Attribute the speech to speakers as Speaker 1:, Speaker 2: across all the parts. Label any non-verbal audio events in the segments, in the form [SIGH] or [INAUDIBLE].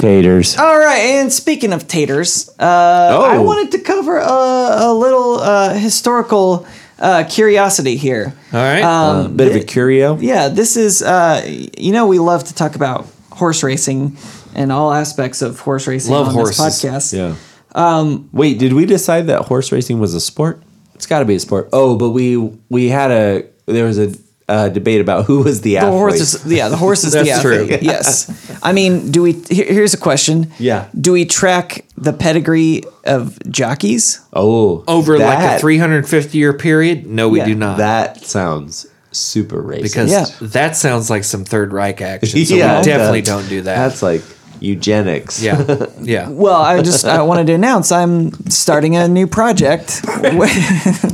Speaker 1: Taters.
Speaker 2: Uh,
Speaker 3: All right, and speaking of taters, uh,
Speaker 1: Oh.
Speaker 3: I wanted to cover a, a little uh, historical uh, curiosity here. Um,
Speaker 2: All right.
Speaker 1: a bit of a curio.
Speaker 3: Yeah, this is, uh, you know, we love to talk about horse racing and all aspects of horse racing
Speaker 2: Love
Speaker 3: on
Speaker 2: horses.
Speaker 3: this podcast.
Speaker 1: Yeah. Um, Wait, did we decide that horse racing was a sport? It's got to be a sport. Oh, but we we had a there was a uh, debate about who was the,
Speaker 3: The
Speaker 1: athlete.
Speaker 3: horses, yeah,
Speaker 1: [LAUGHS]
Speaker 3: the horses.
Speaker 2: That's
Speaker 3: the athlete.
Speaker 2: true.
Speaker 3: Yes, I mean, do we? Here, here's a question.
Speaker 1: Yeah.
Speaker 3: do we track the pedigree of jockeys?
Speaker 1: Oh,
Speaker 2: Over like a
Speaker 1: that-
Speaker 2: 350 year period? No, we
Speaker 3: Yeah,
Speaker 2: do not.
Speaker 1: That sounds super racist.
Speaker 2: because
Speaker 3: Yeah.
Speaker 2: that sounds like some Third Reich action. So
Speaker 1: [LAUGHS] Yeah,
Speaker 2: we definitely
Speaker 1: that's-
Speaker 2: don't do that.
Speaker 1: that's like eugenics.
Speaker 2: yeah. Yeah.
Speaker 3: Well, I just I wanted to announce I'm starting a new
Speaker 1: [LAUGHS]
Speaker 3: project. [LAUGHS]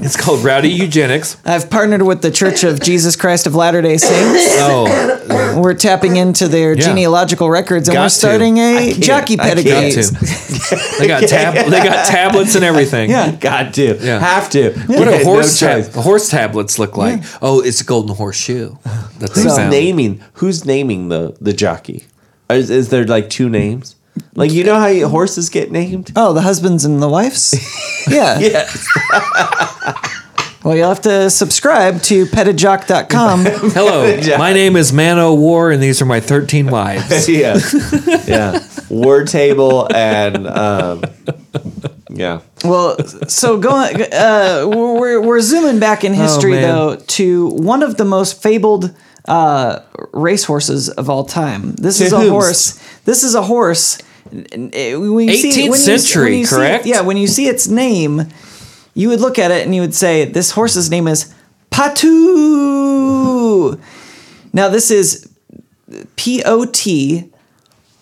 Speaker 2: It's called rowdy eugenics.
Speaker 3: I've partnered with the Church of Jesus Christ of Latter Day Saints.
Speaker 2: Oh,
Speaker 3: We're tapping into their genealogical records, and
Speaker 2: Got
Speaker 3: we're
Speaker 2: to.
Speaker 3: starting
Speaker 1: I
Speaker 3: a
Speaker 1: can't-
Speaker 3: jockey
Speaker 1: I can't.
Speaker 2: got
Speaker 3: pedigree.
Speaker 2: to. They got
Speaker 1: [LAUGHS]
Speaker 2: tab- they got tablets and everything.
Speaker 1: [LAUGHS]
Speaker 3: Yeah.
Speaker 1: Got to
Speaker 2: Yeah.
Speaker 1: have to.
Speaker 2: What
Speaker 1: We had
Speaker 2: do
Speaker 1: no
Speaker 2: horse
Speaker 1: choice.
Speaker 2: tab- horse tablets look like? Oh, it's a golden horseshoe that they
Speaker 1: Who's
Speaker 2: found.
Speaker 1: naming? Who's naming the the jockey? Is, is there like two names? Like you know how you, horses get named?
Speaker 3: Oh, the husbands and the wives? Yeah.
Speaker 1: Yes.
Speaker 3: Well, you'll have to subscribe to petajock.com.
Speaker 2: Hello, my name is Man O' War, and these are my thirteen
Speaker 1: [LAUGHS]
Speaker 2: wives.
Speaker 1: yeah. Yeah. Word table and um, yeah.
Speaker 3: Well, so going, uh, we're we're zooming back in history
Speaker 2: man.
Speaker 3: though to one of the most fabled uh, racehorses of all time. This
Speaker 1: To
Speaker 3: is a
Speaker 1: whom's?
Speaker 3: horse. This is a horse. N- n- uh, When you see-
Speaker 2: 18th
Speaker 3: when you-
Speaker 2: century,
Speaker 3: when you see-
Speaker 2: correct?
Speaker 3: yeah, when you see its name, you would look at it and you would say, "This horse's name is Patu." [LAUGHS] Now this is P O T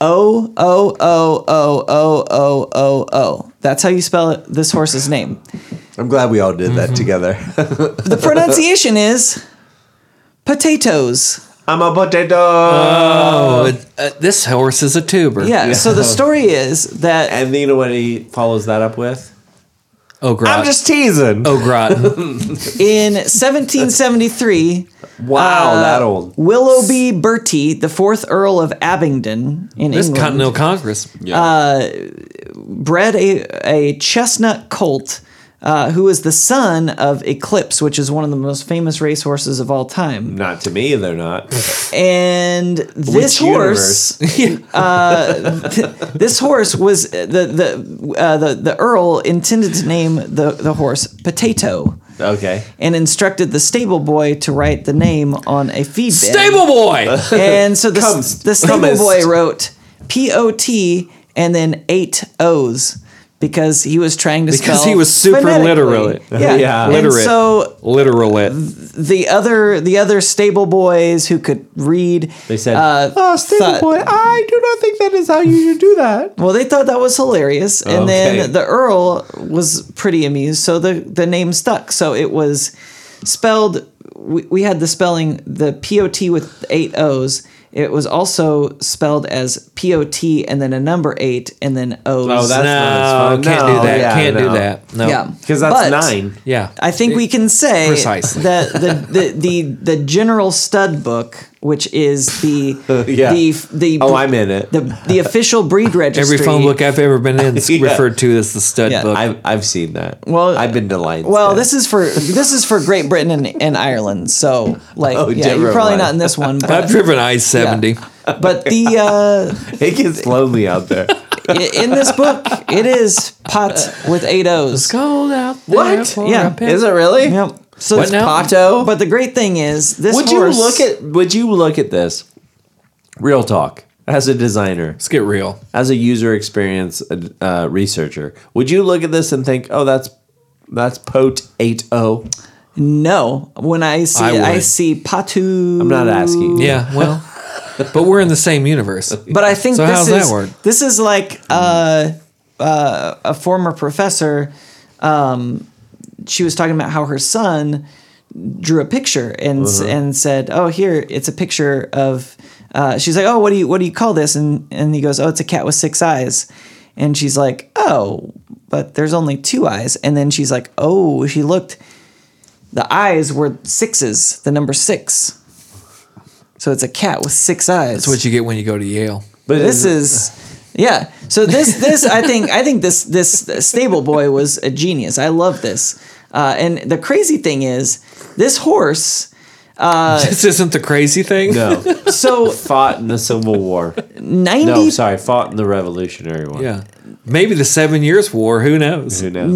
Speaker 3: O O O O O O O O. That's how you spell it, this horse's name.
Speaker 1: I'm glad we all did
Speaker 3: Mm-hmm.
Speaker 1: that together. [LAUGHS]
Speaker 3: The pronunciation is potatoes.
Speaker 1: I'm a potato.
Speaker 2: Oh, it- uh, this horse is a tuber.
Speaker 3: Yeah. So the story is that
Speaker 1: and you know what he follows that up with? Uh,
Speaker 2: Oh, Groton.
Speaker 1: I'm just teasing.
Speaker 2: oh,
Speaker 1: [LAUGHS]
Speaker 2: Groton.
Speaker 3: in 1773,
Speaker 1: wow,
Speaker 3: uh,
Speaker 1: that old.
Speaker 3: Willoughby Bertie, the fourth Earl of Abingdon in
Speaker 2: This
Speaker 3: England,
Speaker 2: Continental Congress.
Speaker 3: bred a, a chestnut colt uh, who is the son of Eclipse, which is one of the most famous racehorses of all time.
Speaker 1: Not to me, they're not.
Speaker 3: and this
Speaker 1: universe?
Speaker 3: horse, [LAUGHS] uh, th- this horse was the the uh, the the earl intended to name the the horse Potato,
Speaker 1: Okay.
Speaker 3: and instructed the stable boy to write the name on a feed bin.
Speaker 2: Stable [LAUGHS] boy.
Speaker 3: And so the,
Speaker 1: Comes-
Speaker 3: the stable
Speaker 1: comest.
Speaker 3: boy wrote P O T and then eight O's because he was trying to
Speaker 2: Because
Speaker 3: spell
Speaker 2: he was super
Speaker 3: phonetically.
Speaker 2: literate.
Speaker 3: Yeah,
Speaker 1: Yeah.
Speaker 3: And
Speaker 2: Literate.
Speaker 3: so
Speaker 2: Literal it.
Speaker 3: the other the other stable boys who could read
Speaker 1: They said,
Speaker 3: uh,
Speaker 2: "Ah,
Speaker 1: "Oh, stable
Speaker 3: thought-
Speaker 1: boy, I do not think that is how you should do
Speaker 3: [LAUGHS]
Speaker 1: that."
Speaker 3: Well, they thought that was hilarious, and
Speaker 1: Okay.
Speaker 3: then the Earl was pretty amused, so the the name stuck. So it was spelled. We, we had the spelling the P O T with eight O's. It was also spelled as P O T and then a number eight and then O's.
Speaker 1: Oh, that's not
Speaker 2: No,
Speaker 1: as fun.
Speaker 2: can't
Speaker 1: No,
Speaker 2: do that.
Speaker 1: yeah,
Speaker 2: can't
Speaker 1: no.
Speaker 2: do that. No.
Speaker 3: yeah,
Speaker 1: because that's
Speaker 3: But
Speaker 1: nine.
Speaker 2: Yeah.
Speaker 3: I think we can say
Speaker 2: Precisely.
Speaker 3: that the, the the the general stud book, which is the
Speaker 1: [LAUGHS] Yeah.
Speaker 3: the the
Speaker 1: Oh, I'm in it.
Speaker 3: the the official breed registry.
Speaker 2: Every phone book I've ever been in
Speaker 1: [LAUGHS]
Speaker 2: is
Speaker 1: Yeah.
Speaker 2: referred to as the stud
Speaker 3: Yeah.
Speaker 2: book.
Speaker 1: I've I've seen that.
Speaker 3: Well-
Speaker 1: I've been to Lions.
Speaker 3: Well, this is for this is for Great Britain and, and Ireland. So, like,
Speaker 1: Oh,
Speaker 3: yeah, you're
Speaker 1: different
Speaker 3: probably
Speaker 1: one.
Speaker 3: not in this one,
Speaker 2: I've
Speaker 3: but,
Speaker 2: driven I seventy.
Speaker 3: but the uh,
Speaker 1: [LAUGHS] it gets lonely out
Speaker 3: [LAUGHS]
Speaker 1: there.
Speaker 3: i- in this book it is pot with eight O's.
Speaker 2: Cold out.
Speaker 3: What? for Yeah. a pet.
Speaker 1: Is it really?
Speaker 3: Yep. So
Speaker 2: What
Speaker 3: it's
Speaker 2: now?
Speaker 3: Pato. But the great thing is this
Speaker 1: Would
Speaker 3: horse.
Speaker 1: you look at Would you look at this? Real talk. As a designer,
Speaker 2: Let's get real.
Speaker 1: as a user experience uh, researcher, would you look at this and think, "Oh, that's that's Pote oh"? 80
Speaker 3: no? When I see
Speaker 2: I
Speaker 3: it, I
Speaker 2: would.
Speaker 3: see Patu.
Speaker 1: I'm not asking. [LAUGHS]
Speaker 2: Yeah. Well, but we're in the same universe.
Speaker 3: But I think
Speaker 2: So
Speaker 3: this
Speaker 2: how's that
Speaker 3: is
Speaker 2: work?
Speaker 3: this is like uh, uh, a former professor. Um, she was talking about how her son drew a picture and
Speaker 2: Uh-huh.
Speaker 3: s and said, "Oh, here it's a picture of." Uh, she's like, "Oh, what do you what do you call this?" And and he goes, "Oh, it's a cat with six eyes." And she's like, "Oh, but there's only two eyes." And then she's like, "Oh, she looked." The eyes were sixes, the number six. So it's a cat with six eyes.
Speaker 2: That's what you get when you go to Yale.
Speaker 1: But
Speaker 3: this is yeah so this this i think i think this this stable boy was a genius i love this uh, and the crazy thing is this horse
Speaker 2: [LAUGHS] this isn't the crazy thing.
Speaker 1: Uh, no
Speaker 3: [LAUGHS] so
Speaker 1: fought in the Civil War.
Speaker 3: 90
Speaker 1: No, sorry, fought in the Revolutionary War.
Speaker 2: [LAUGHS] Yeah. Maybe the Seven Years War. Who knows?
Speaker 1: Who knows?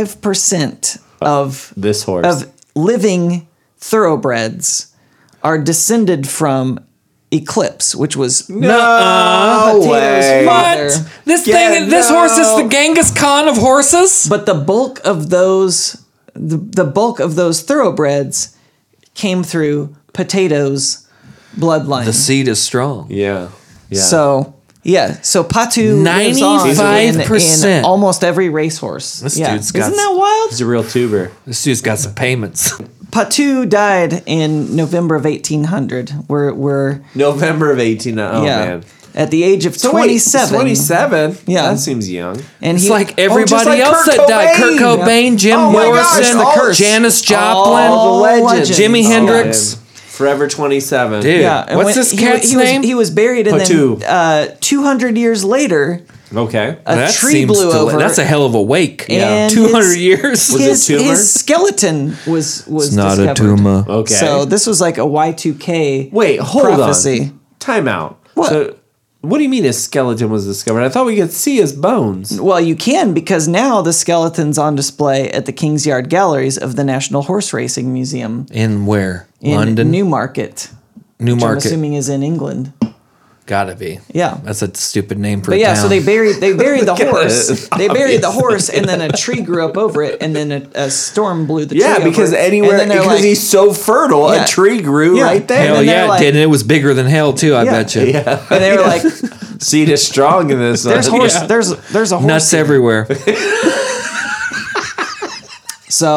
Speaker 3: 95% of
Speaker 1: this horse.
Speaker 3: of living thoroughbreds are descended from eclipse which was
Speaker 1: no
Speaker 3: Potato's
Speaker 1: way.
Speaker 3: father.
Speaker 2: What? This
Speaker 1: Yeah,
Speaker 2: thing, this horse is
Speaker 1: no.
Speaker 2: the Genghis Khan of horses.
Speaker 3: but the bulk of those the, the bulk of those thoroughbreds came through potatoes bloodline
Speaker 2: The seed is strong.
Speaker 1: Yeah. Yeah.
Speaker 3: so yeah so patu lives on in, in
Speaker 2: 95%.
Speaker 3: almost every racehorse
Speaker 2: This
Speaker 3: yeah.
Speaker 2: dude's got
Speaker 3: isn't
Speaker 2: s-
Speaker 3: that wild
Speaker 1: he's a real tuber.
Speaker 2: This dude's got some payments.
Speaker 3: patu died in november of 1800 we're we're
Speaker 1: November of 18. Oh,
Speaker 3: yeah
Speaker 1: man.
Speaker 3: at the age of
Speaker 1: So wait,
Speaker 3: 27
Speaker 1: 27?
Speaker 3: Yeah.
Speaker 1: That seems young.
Speaker 3: and
Speaker 2: It's
Speaker 3: he
Speaker 2: like
Speaker 1: just
Speaker 2: everybody
Speaker 1: like
Speaker 2: else
Speaker 1: Kurt
Speaker 2: that died. Kurt
Speaker 1: Cobain.
Speaker 2: Cobain, Jim
Speaker 1: Oh my gosh,
Speaker 2: Morrison,
Speaker 1: all-
Speaker 2: Janis Joplin,
Speaker 3: all the legends.
Speaker 2: Jimi
Speaker 3: Oh,
Speaker 2: Hendrix.
Speaker 1: man. Forever 27.
Speaker 2: Dude.
Speaker 3: yeah and
Speaker 2: What's
Speaker 3: when-
Speaker 2: this
Speaker 3: he-
Speaker 2: cat's
Speaker 3: he was,
Speaker 2: name?
Speaker 3: he was buried and
Speaker 1: Patu.
Speaker 3: then uh 200 years later
Speaker 1: Okay.
Speaker 3: a tree blew
Speaker 2: deli-
Speaker 3: over
Speaker 2: That's a hell of a wake.
Speaker 3: And
Speaker 2: Two hundred
Speaker 3: his-
Speaker 2: years.
Speaker 1: it
Speaker 3: his,
Speaker 1: tumor?
Speaker 3: his skeleton was was discovered.
Speaker 1: okay.
Speaker 3: So this was like a Y two K.
Speaker 1: wait, hold
Speaker 3: prophecy.
Speaker 1: on. Time out.
Speaker 3: What?
Speaker 1: So, what do you mean his skeleton was discovered? I thought we could see his bones.
Speaker 3: Well, you can because now the skeleton's on display at the King's Yard Galleries of the National Horse Racing Museum
Speaker 2: In where?
Speaker 3: in
Speaker 2: London,
Speaker 3: Newmarket. Which I'm
Speaker 2: Newmarket.
Speaker 3: assuming is in England.
Speaker 2: Gotta be.
Speaker 3: Yeah.
Speaker 2: That's a stupid name for
Speaker 3: But
Speaker 2: a
Speaker 3: yeah,
Speaker 2: town.
Speaker 3: so they buried
Speaker 1: [LAUGHS]
Speaker 3: they buried the
Speaker 1: Look at
Speaker 3: horse.
Speaker 1: it.
Speaker 3: They buried the horse, and then a tree grew up over it, and then a, a storm blew the
Speaker 1: Yeah,
Speaker 3: tree.
Speaker 1: because
Speaker 3: over it.
Speaker 1: anywhere,
Speaker 3: And then they're
Speaker 1: because
Speaker 3: like-
Speaker 1: he's so fertile,
Speaker 3: Yeah.
Speaker 1: a tree grew
Speaker 3: Yeah.
Speaker 1: right there.
Speaker 3: and
Speaker 2: Hell
Speaker 3: then they're
Speaker 2: yeah, it
Speaker 3: like-
Speaker 2: did. And it was bigger than hell too. I
Speaker 3: Yeah.
Speaker 2: bet you.
Speaker 3: [LAUGHS]
Speaker 1: [LAUGHS] Yeah.
Speaker 3: and they were like,
Speaker 1: Seed is strong in this.
Speaker 3: "There's
Speaker 1: one.
Speaker 3: horse.
Speaker 2: Yeah.
Speaker 3: There's there's a horse
Speaker 2: Nuts everywhere.
Speaker 3: So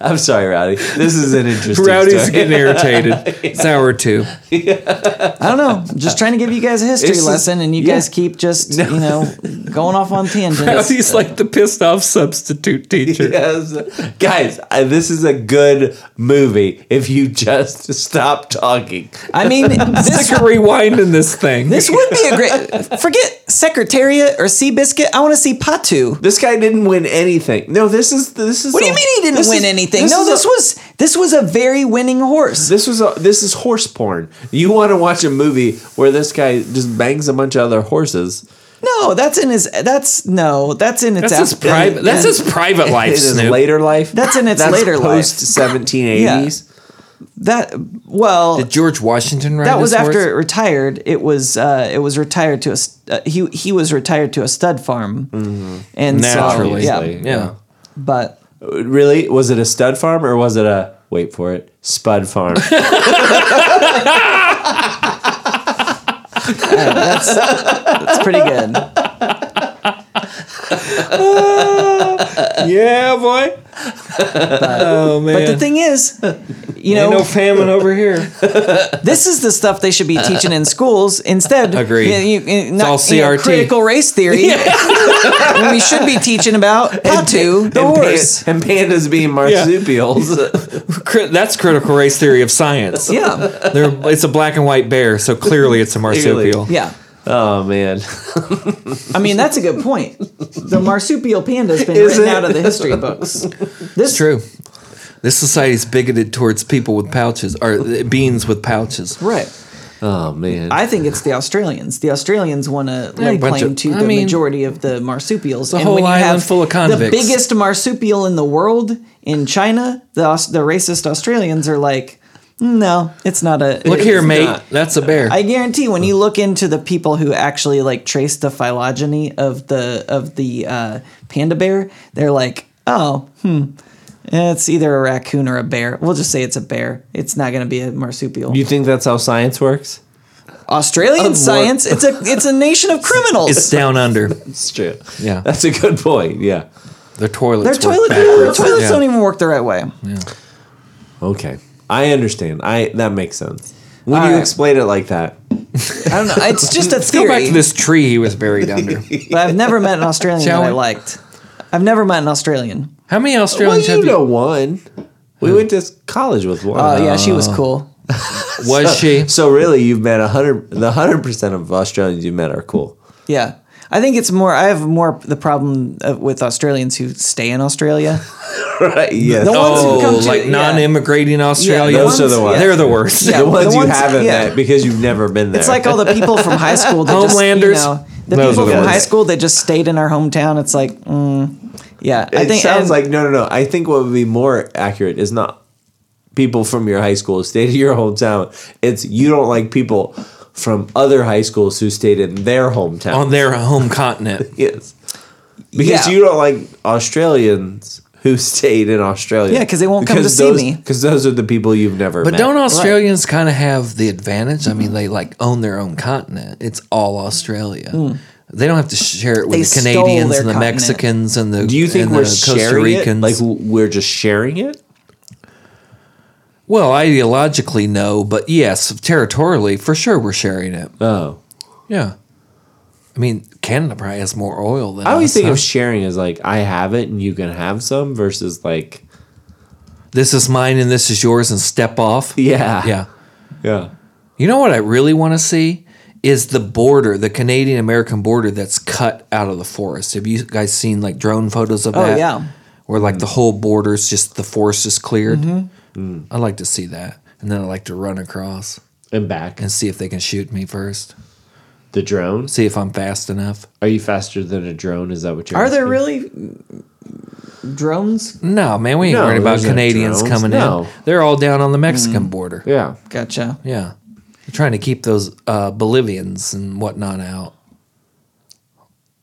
Speaker 1: I'm sorry, Rowdy. This is an interesting
Speaker 2: Rowdy's
Speaker 1: story.
Speaker 2: getting irritated. It's hour two.
Speaker 3: I don't know. Just trying to give you guys a history
Speaker 1: It's just-
Speaker 3: lesson, and you
Speaker 1: yeah.
Speaker 3: guys keep just you know going
Speaker 1: [LAUGHS]
Speaker 3: off on tangents.
Speaker 2: Rowdy's like the pissed off substitute teacher.
Speaker 1: [LAUGHS] Yes. Guys, I, this is a good movie if you just [LAUGHS] stop talking.
Speaker 3: I
Speaker 1: [LAUGHS]
Speaker 3: mean, this
Speaker 2: Sick of rewinding this thing.
Speaker 3: this would be a great. Forget Secretariat or Seabiscuit. I want to see Patu.
Speaker 1: This guy didn't win anything. No, this is this is
Speaker 3: What do you
Speaker 1: a-
Speaker 3: mean he didn't
Speaker 1: this
Speaker 3: win
Speaker 1: is-
Speaker 3: anything? no,
Speaker 1: is
Speaker 3: this
Speaker 1: a-
Speaker 3: was this was a very winning horse.
Speaker 1: this was a, this is horse porn. You want to watch a movie where this guy just bangs a bunch of other horses?
Speaker 3: No, that's in his. That's no. That's in its.
Speaker 2: That's his
Speaker 3: app-
Speaker 2: private. That's
Speaker 3: in-
Speaker 1: [LAUGHS]
Speaker 2: his private life,
Speaker 1: in his
Speaker 2: Snoop.
Speaker 1: later life.
Speaker 3: That's in its later life.
Speaker 1: post seventeen
Speaker 3: [LAUGHS]
Speaker 1: eighties.
Speaker 3: That well.
Speaker 2: Did George Washington ride
Speaker 3: that was
Speaker 2: this
Speaker 3: after
Speaker 2: horse?
Speaker 3: it retired. It was uh, it was retired to a st- uh, he he was retired to a stud farm, and
Speaker 2: Naturally.
Speaker 3: so, yeah,
Speaker 1: Obviously.
Speaker 2: Yeah.
Speaker 3: but
Speaker 1: Uh, Really, was it a stud farm or was it a wait for it spud
Speaker 3: [LAUGHS]
Speaker 1: farm?
Speaker 3: it's pretty
Speaker 2: [LAUGHS]
Speaker 3: good.
Speaker 2: Yeah, boy. oh man.
Speaker 3: But the thing is, you know,
Speaker 2: famine over here.
Speaker 3: [LAUGHS] this is the stuff they should be teaching in schools instead.
Speaker 2: Agreed.
Speaker 3: You, you- you- not,
Speaker 2: all
Speaker 3: you know,
Speaker 2: CRT.
Speaker 3: critical race theory. [LAUGHS] we should be teaching about
Speaker 2: [LAUGHS]
Speaker 3: Patu, the
Speaker 1: and,
Speaker 3: horse.
Speaker 1: pan- and pandas being [LAUGHS] marsupials.
Speaker 2: That's critical race theory of science.
Speaker 3: Yeah,
Speaker 2: They're, it's a black and white bear, so
Speaker 3: [LAUGHS]
Speaker 2: clearly it's a marsupial.
Speaker 3: yeah.
Speaker 1: oh man,
Speaker 3: I mean, that's a good point. The marsupial panda's been
Speaker 1: Is
Speaker 3: written
Speaker 1: it?
Speaker 3: out of the history
Speaker 2: [LAUGHS]
Speaker 3: books. This
Speaker 2: True. This society's bigoted towards people with pouches or beans with pouches.
Speaker 3: right.
Speaker 1: oh man.
Speaker 3: I think it's the Australians. The Australians want to lay
Speaker 2: bunch
Speaker 3: claim
Speaker 2: of-
Speaker 3: to
Speaker 2: I
Speaker 3: the
Speaker 2: mean,
Speaker 3: majority of the marsupials. The
Speaker 2: whole island full of
Speaker 3: The
Speaker 2: convicts.
Speaker 3: biggest marsupial in the world in China, the Aus- the racist Australians are like, "Mm, no, it's not a.
Speaker 2: Look here,
Speaker 3: it's
Speaker 2: mate.
Speaker 3: not."
Speaker 2: That's a bear.
Speaker 3: I guarantee when you look into the people who actually like trace the phylogeny of the of the uh, panda bear, they're like, oh, hmm, it's either a raccoon or a bear. We'll just say it's a bear. It's not going to be a marsupial.
Speaker 1: you think that's how science works?
Speaker 3: Australian science. It's a it's a nation of criminals.
Speaker 2: it's down under.
Speaker 1: It's true.
Speaker 2: Yeah.
Speaker 1: That's a good point. Yeah.
Speaker 2: Their toilets.
Speaker 3: Their
Speaker 2: work
Speaker 3: toilet their
Speaker 2: backwards.
Speaker 3: toilets
Speaker 2: Yeah.
Speaker 3: don't even work the right way.
Speaker 1: Okay. I understand. I that makes sense. When
Speaker 3: All
Speaker 1: you
Speaker 3: right.
Speaker 1: explain it like that.
Speaker 3: I don't know. It's just a
Speaker 2: [LAUGHS] Go
Speaker 3: theory.
Speaker 2: back to this tree he was
Speaker 3: [LAUGHS]
Speaker 2: buried under.
Speaker 3: But I've never met an Australian
Speaker 2: Shall
Speaker 3: that I
Speaker 2: we?
Speaker 3: liked. I've never met an Australian.
Speaker 2: How many
Speaker 1: Well,
Speaker 2: Australians
Speaker 1: you
Speaker 2: have you?
Speaker 1: know one. We went to college with one. Uh,
Speaker 3: Oh Hmm. yeah, she was
Speaker 2: Uh.
Speaker 3: cool.
Speaker 2: Was she?
Speaker 1: So really, you've met a hundred. The hundred percent of Australians you've met are cool. [LAUGHS]
Speaker 3: Yeah. I think it's more. I have more the problem of, with Australians who stay in Australia.
Speaker 1: right? Yes.
Speaker 3: The ones who
Speaker 2: Oh,
Speaker 3: come to-
Speaker 2: like
Speaker 3: yeah.
Speaker 2: non-immigrating Australia.
Speaker 1: those are the ones-
Speaker 2: They're the worst.
Speaker 3: Yeah.
Speaker 1: the ones
Speaker 3: the
Speaker 1: you
Speaker 3: ones-
Speaker 1: haven't
Speaker 3: yeah.
Speaker 1: met because you've never been there.
Speaker 3: It's like all the people from high school. That
Speaker 2: Homelanders.
Speaker 3: Just, you know, the
Speaker 2: Those
Speaker 3: people
Speaker 2: are the
Speaker 3: from
Speaker 1: ones.
Speaker 3: high school that just stayed in our hometown. It's like, mm, yeah.
Speaker 1: [LAUGHS] it
Speaker 3: I think
Speaker 1: sounds
Speaker 3: and-
Speaker 1: like no, no, no. I think what would be more accurate is not people from your high school stayed in your hometown. It's you don't like people from other high schools who stayed in their hometown.
Speaker 2: on their home continent.
Speaker 1: yes, because
Speaker 3: Yeah.
Speaker 1: you don't like Australians who stayed in Australia.
Speaker 3: Yeah, 'cause they won't come to see me.
Speaker 1: Because those are the people you've never.
Speaker 2: But
Speaker 1: met.
Speaker 2: don't Australians kind of have the advantage? I mean, they like own their own continent. It's all Australia.
Speaker 1: Hmm.
Speaker 2: They don't have to share it with
Speaker 3: They
Speaker 2: the
Speaker 3: stole
Speaker 2: Canadians
Speaker 3: their
Speaker 2: and the
Speaker 3: continent.
Speaker 2: Mexicans and the
Speaker 1: Do you think
Speaker 2: and
Speaker 1: we're
Speaker 2: the Costa
Speaker 1: sharing it?
Speaker 2: Ricans.
Speaker 1: Like we're just sharing it?
Speaker 2: well, ideologically, no, but yes, territorially, for sure, we're sharing it.
Speaker 1: Oh.
Speaker 2: Yeah, I mean, Canada probably has more oil than
Speaker 1: I always
Speaker 2: us,
Speaker 1: think
Speaker 2: huh?
Speaker 1: of sharing as like I have it and you can have some versus like
Speaker 2: this is mine and this is yours and step off.
Speaker 1: yeah
Speaker 2: yeah.
Speaker 1: yeah
Speaker 2: You know what I really want to see is the border, the Canadian American border that's cut out of the forest. Have you guys seen like drone photos of
Speaker 3: Oh,
Speaker 2: that?
Speaker 3: yeah.
Speaker 2: Where like the whole border's just the forest is cleared.
Speaker 3: Mm-hmm.
Speaker 1: Mm.
Speaker 2: I'd like to see that. And then I'd like to run across
Speaker 1: and back
Speaker 2: and see if they can shoot me first.
Speaker 1: the drone.
Speaker 2: See if I'm fast enough.
Speaker 1: Are you faster than a drone? Is that what you're?
Speaker 3: are there
Speaker 1: asking?
Speaker 3: really drones?
Speaker 2: No, man, we ain't
Speaker 1: No,
Speaker 2: worried about
Speaker 1: there's no
Speaker 2: Canadians
Speaker 1: drones.
Speaker 2: coming
Speaker 1: No.
Speaker 2: in. They're all down on the
Speaker 3: Mm.
Speaker 2: Mexican border.
Speaker 1: Yeah.
Speaker 3: Gotcha.
Speaker 2: Yeah. They're trying to keep those uh, Bolivians and whatnot out.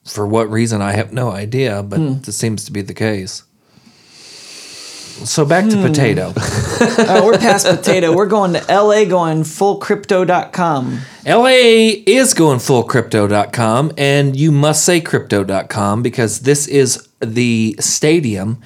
Speaker 2: For what reason, I have no idea, but this seems to be the case. So back to potato.
Speaker 3: Uh, we're past potato. We're going to LA, going fullcrypto.com.
Speaker 2: LA is going full crypto.com, and you must say crypto.com because this is the stadium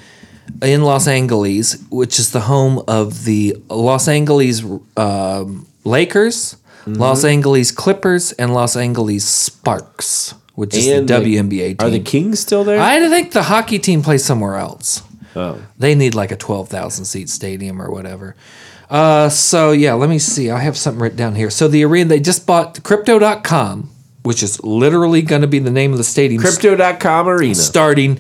Speaker 2: in Los Angeles, which is the home of the Los Angeles um, Lakers,
Speaker 1: Mm-hmm.
Speaker 2: Los Angeles Clippers, and Los Angeles Sparks, which is
Speaker 1: And
Speaker 2: the
Speaker 1: the-
Speaker 2: WNBA team.
Speaker 1: Are the Kings still there?
Speaker 2: I think the hockey team plays somewhere else.
Speaker 1: oh.
Speaker 2: They need like a 12,000 seat stadium or whatever. Uh, so, yeah, let me see. I have something written down here. So, the arena, they just bought crypto.com, which is literally going to be the name of the stadium
Speaker 1: Crypto.com arena.
Speaker 2: starting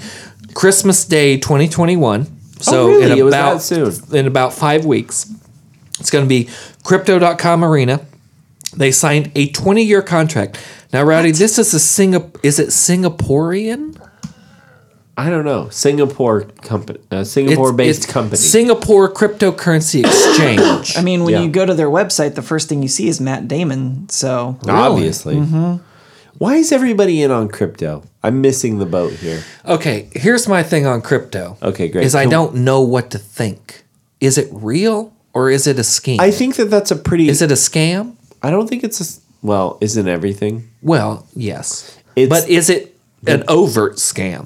Speaker 2: Christmas Day 2021. So,
Speaker 1: Oh, really?
Speaker 2: in
Speaker 1: It was
Speaker 2: about,
Speaker 1: that
Speaker 2: in about five weeks, it's going to be crypto.com arena. They signed a 20 year contract. Now, Rowdy, this is a Singap Is it Singaporean?
Speaker 1: I don't know. Singapore company. Uh, Singapore based company.
Speaker 2: Singapore cryptocurrency exchange.
Speaker 3: I mean, when
Speaker 1: Yeah.
Speaker 3: you go to their website, the first thing you see is Matt Damon. So
Speaker 1: Obviously.
Speaker 2: Mm-hmm.
Speaker 1: Why is everybody in on crypto? I'm missing the boat here.
Speaker 2: okay, here's my thing on crypto.
Speaker 1: Okay, great.
Speaker 2: Is I
Speaker 1: Can-
Speaker 2: don't know what to think. Is it real or is it a scheme?
Speaker 1: I think that that's a pretty.
Speaker 2: is it a scam?
Speaker 1: I don't think it's a. s- Well, isn't everything?
Speaker 2: Well, yes.
Speaker 1: It's-
Speaker 2: but is it an overt scam?